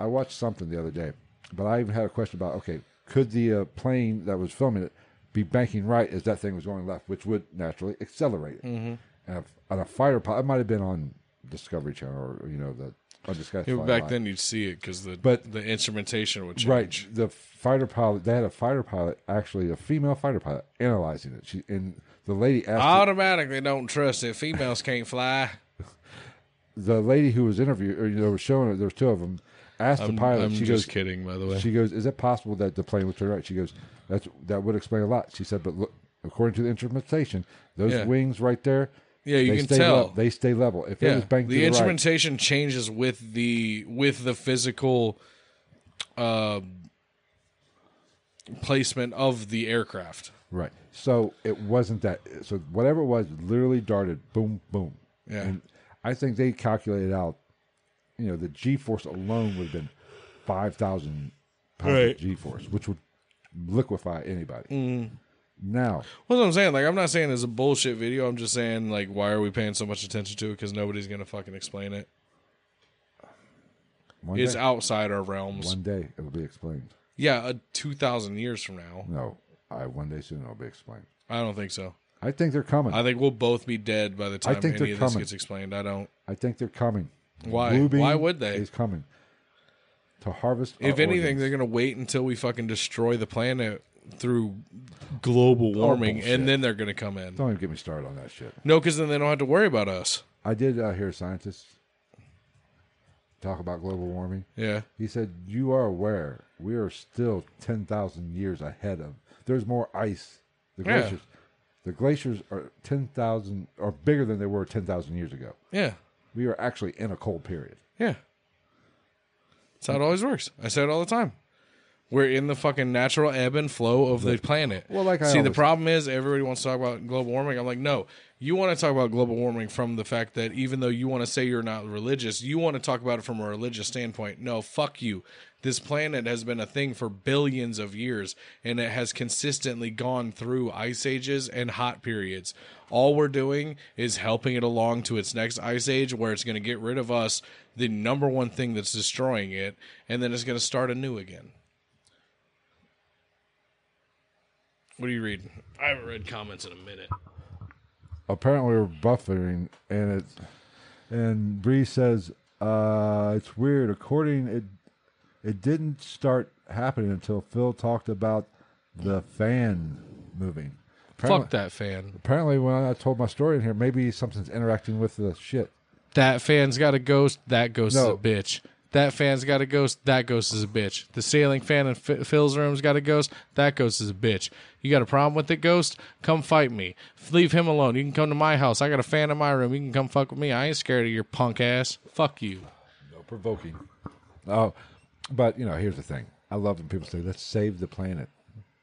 A: i watched something the other day but i even had a question about okay could the uh, plane that was filming it be banking right as that thing was going left which would naturally accelerate it and if, on a fighter pilot it might have been on discovery channel or you know the undiscussed
B: Even
A: Flying
B: back
A: Line.
B: then, you'd see it because the
A: But-
B: the instrumentation would change.
A: Right. The fighter pilot. They had a fighter pilot, actually a female fighter pilot, analyzing it. She and the lady asked
B: Automatically, don't trust it. Females can't fly.
A: the lady who was interviewed or you know was showing it. There was two of them. Asked the pilot.
B: I'm
A: she goes.
B: just kidding, by the way.
A: She goes. Is it possible that the plane would turn right? She goes. That's that would explain a lot. She said, but look, according to the instrumentation, those
B: Yeah.
A: wings right there.
B: Yeah, you
A: they
B: can
A: stay
B: tell.
A: level- they stay level. If it
B: yeah,
A: was banked to
B: the
A: the right,
B: instrumentation changes with the with the physical uh, placement of the aircraft.
A: Right. So it wasn't that. So whatever it was, literally darted boom, boom.
B: Yeah.
A: And I think they calculated out, you know, the G force alone would have been 5,000 pounds
B: Right. Mm-hmm.
A: of G force, which would liquefy anybody. Now,
B: Well, that's what I'm saying. Like, I'm not saying it's a bullshit video. I'm just saying, like, why are we paying so much attention to it? Because nobody's gonna fucking explain it.
A: one
B: It's
A: day,
B: outside our realms.
A: one day it will be explained.
B: Yeah, uh, two thousand years from now.
A: No, I one day soon it'll be explained.
B: I don't think so.
A: I think they're coming.
B: I think we'll both be dead by the time
A: think
B: any
A: they're
B: of this
A: coming.
B: gets explained. I don't.
A: I think they're coming.
B: Why?
A: Bluebeam
B: Why would they?
A: Is coming to harvest. our
B: If anything,
A: organs.
B: they're gonna wait until we fucking destroy the planet through global warming,
A: bullshit.
B: and then they're gonna come in.
A: don't even get me started on that shit.
B: No, because then they don't have to worry about us.
A: I did uh, hear scientists talk about global warming.
B: Yeah,
A: He said, "You are aware we are still ten thousand years ahead of. There's more ice. The
B: Yeah.
A: glaciers, the glaciers are ten thousand are bigger than they were ten thousand years ago.
B: yeah,
A: We are actually in a cold period.
B: yeah. That's how it always works. I say it all the time. We're in the fucking natural ebb and flow of the planet.
A: Well, like I
B: see, the
A: always-
B: problem is everybody wants to talk about global warming. I'm like, no, you want to talk about global warming from the fact that even though you want to say you're not religious, you want to talk about it from a religious standpoint. No, fuck you. This planet has been a thing for billions of years, and it has consistently gone through ice ages and hot periods. All we're doing is helping it along to its next ice age, where it's going to get rid of us, the number one thing that's destroying it, and then it's going to start anew again. What are you reading? I haven't read comments in a minute.
A: Apparently, we're buffering, and it's and Bree says uh, it's weird. According it, it didn't start happening until Phil talked about the fan moving. Apparently-
B: Fuck that fan.
A: Apparently, when I told my story in here, maybe something's interacting with the shit.
B: That fan's got a ghost. That ghost is
A: No.
B: a bitch. That fan's got a ghost. That ghost is a bitch. The ceiling fan in F- Phil's room's got a ghost. That ghost is a bitch. You got a problem with it, ghost? Come fight me. F- Leave him alone. You can come to my house. I got a fan in my room. You can come fuck with me. I ain't scared of your punk ass. Fuck you.
A: No provoking. Oh, but you know, here's the thing. I love when people say, "Let's save the planet."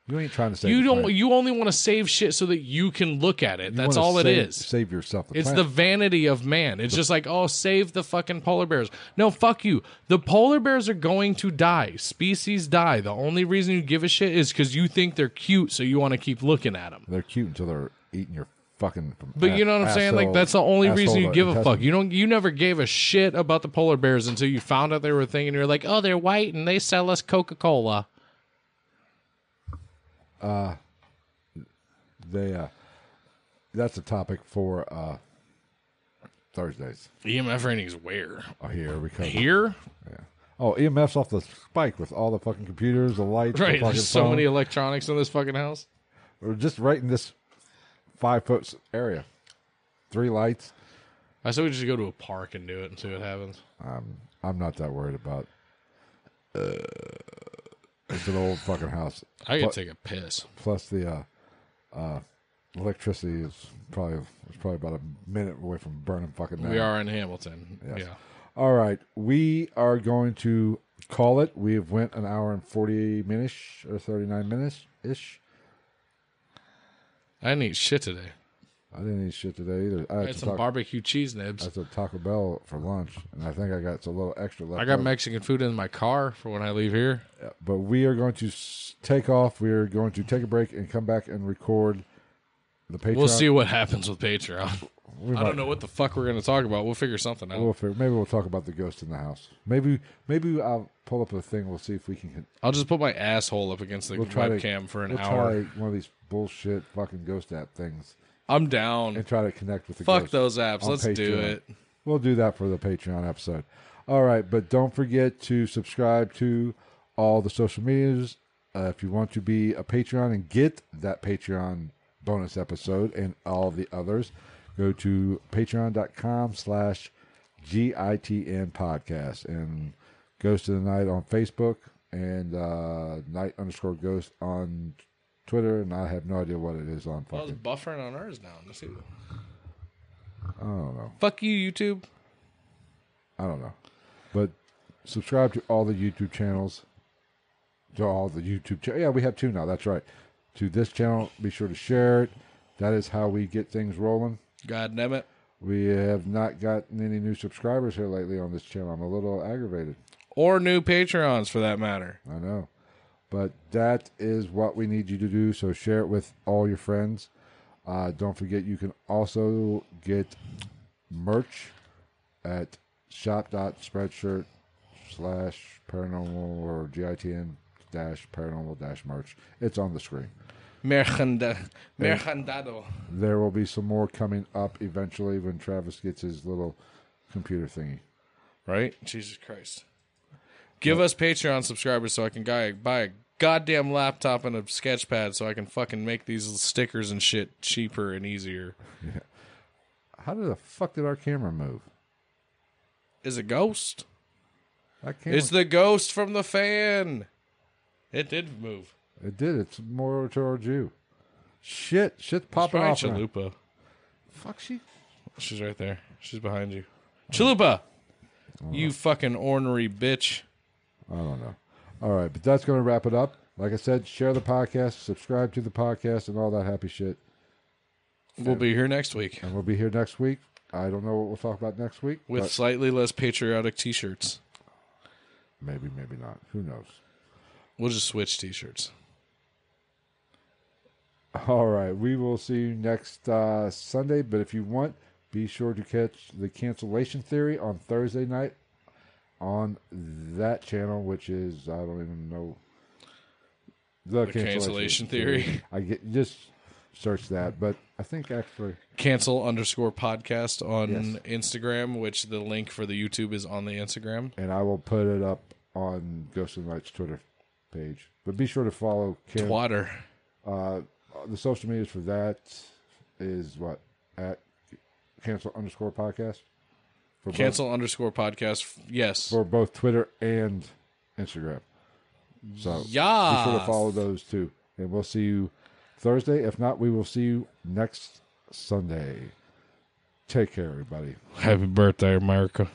A: You ain't trying to save.
B: You
A: the
B: don't.
A: planet.
B: You only want to save shit so that you can look at it.
A: You
B: That's
A: wanna
B: all it
A: save,
B: is.
A: Save yourself. The
B: It's the
A: planet.
B: vanity of man. It's just like, oh, save the fucking polar bears. No, fuck you. The polar bears are going to die. Species die. The only reason you give a shit is because you think they're cute, so you want to keep looking at them.
A: They're cute until they're eating your fucking.
B: But you know what I'm saying? Like that's the only reason you give a fuck. You don't. You never gave a shit about the polar bears until you found out they were a thing, and you're like, oh, they're white and they sell us Coca Cola.
A: They. Uh, that's a topic for uh, Thursdays.
B: EMF E ratings where?
A: Oh, here we come.
B: Here?
A: Oh, EMF's off the spike with all the fucking computers, the lights, the
B: Right.
A: fucking
B: There's so
A: phone.
B: many electronics in this fucking house.
A: We're just right in this five foot area. Three lights.
B: I said we just go to a park and do it and see what happens.
A: I'm not that worried about. uh, it's an old fucking house.
B: I could
A: Pl-
B: take a piss.
A: Plus the uh, uh, electricity is probably is probably about a minute away from burning fucking.
B: We
A: down.
B: are in Hamilton. Yeah.
A: All right, we are going to call it. We have went an hour and forty minutes or thirty nine minutes ish.
B: I didn't eat shit today.
A: I didn't eat shit today either. I
B: I
A: had,
B: had
A: to
B: some
A: talk,
B: barbecue cheese
A: I
B: nibs.
A: had to Taco Bell for lunch, and I think I got a little extra left.
B: I got
A: over.
B: Mexican food in my car for when I leave here.
A: but we are going to s- take off. We are going to take a break and come back and record the Patreon.
B: We'll see what happens with Patreon.
A: We
B: I
A: might-
B: don't know what the fuck we're gonna talk about. We'll figure something out.
A: We'll figure, maybe we'll talk about the ghost in the house. Maybe maybe I'll pull up a thing. We'll see if we can.
B: I'll just put my asshole up against the
A: We'll try
B: webcam
A: to,
B: for an
A: we'll
B: hour.
A: Try one of these bullshit fucking ghost app things
B: I'm down.
A: and try to connect with the
B: Fuck
A: ghost
B: those apps.
A: on
B: Let's do
A: Patreon.
B: it.
A: We'll do that for the Patreon episode. All right, but don't forget to subscribe to all the social medias uh, if you want to be a Patreon and get that Patreon bonus episode and all the others. Go to patreon.com slash GITN podcast and Ghost of the Night on Facebook and uh, Night underscore Ghost on Twitter. And I have no idea what it is on
B: I was
A: fucking.
B: buffering on ours now. Let's see.
A: I don't know.
B: Fuck you, YouTube.
A: I don't know. But subscribe to all the YouTube channels. To all the YouTube channels. Yeah, we have two now. That's right. To this channel, be sure to share it. That is how we get things rolling.
B: God damn it.
A: We have not gotten any new subscribers here lately on this channel. I'm a little aggravated.
B: Or new Patreons for that matter.
A: I know. But that is what we need you to do. So share it with all your friends. Uh, don't forget, you can also get merch at shop.spreadshirt slash paranormal or GITN dash paranormal dash merch. It's on the screen.
B: Merchanda- Merchandado.
A: There will be some more coming up eventually when Travis gets his little computer thingy.
B: Right? Jesus Christ. Give us Patreon subscribers so I can guy, buy a goddamn laptop and a sketch pad so I can fucking make these stickers and shit cheaper and easier.
A: How did the fuck did our camera move?
B: Is a ghost?
A: That camera,
B: It's the ghost from the fan. It did move.
A: it did. It's more towards you. Shit, shit's popping
B: Try
A: off. now.
B: Chalupa.
A: Fuck she.
B: She's right there. She's behind you. Chalupa! You fucking ornery bitch.
A: I don't know. All right, but that's going to wrap it up. Like I said, share the podcast, subscribe to the podcast, and all that happy shit.
B: We'll be here next week
A: And we'll be here next week. I don't know what we'll talk about next week.
B: with
A: but
B: slightly less patriotic t shirts.
A: maybe, maybe not. Who knows?
B: We'll just switch t shirts.
A: All right, we will see you next uh, Sunday. But if you want, be sure to catch the cancellation theory on Thursday night on that channel, which is I don't even know the,
B: Cancellation Theory.
A: I get just search that, but I think actually.
B: Cancel underscore podcast on
A: Yes.
B: Instagram, which the link for the YouTube is on the Instagram.
A: and I will put it up on Ghost of the Night's Twitter page. But be sure to follow Kim.
B: Twatter.
A: Uh, the social medias for that is what at cancel underscore podcast for
B: Cancel underscore podcast. Yes.
A: both, for both Twitter and Instagram. So be sure to
B: Yas.
A: follow those too, and we'll see you Thursday. If not, we will see you next Sunday. Take care, everybody.
B: Happy birthday, America.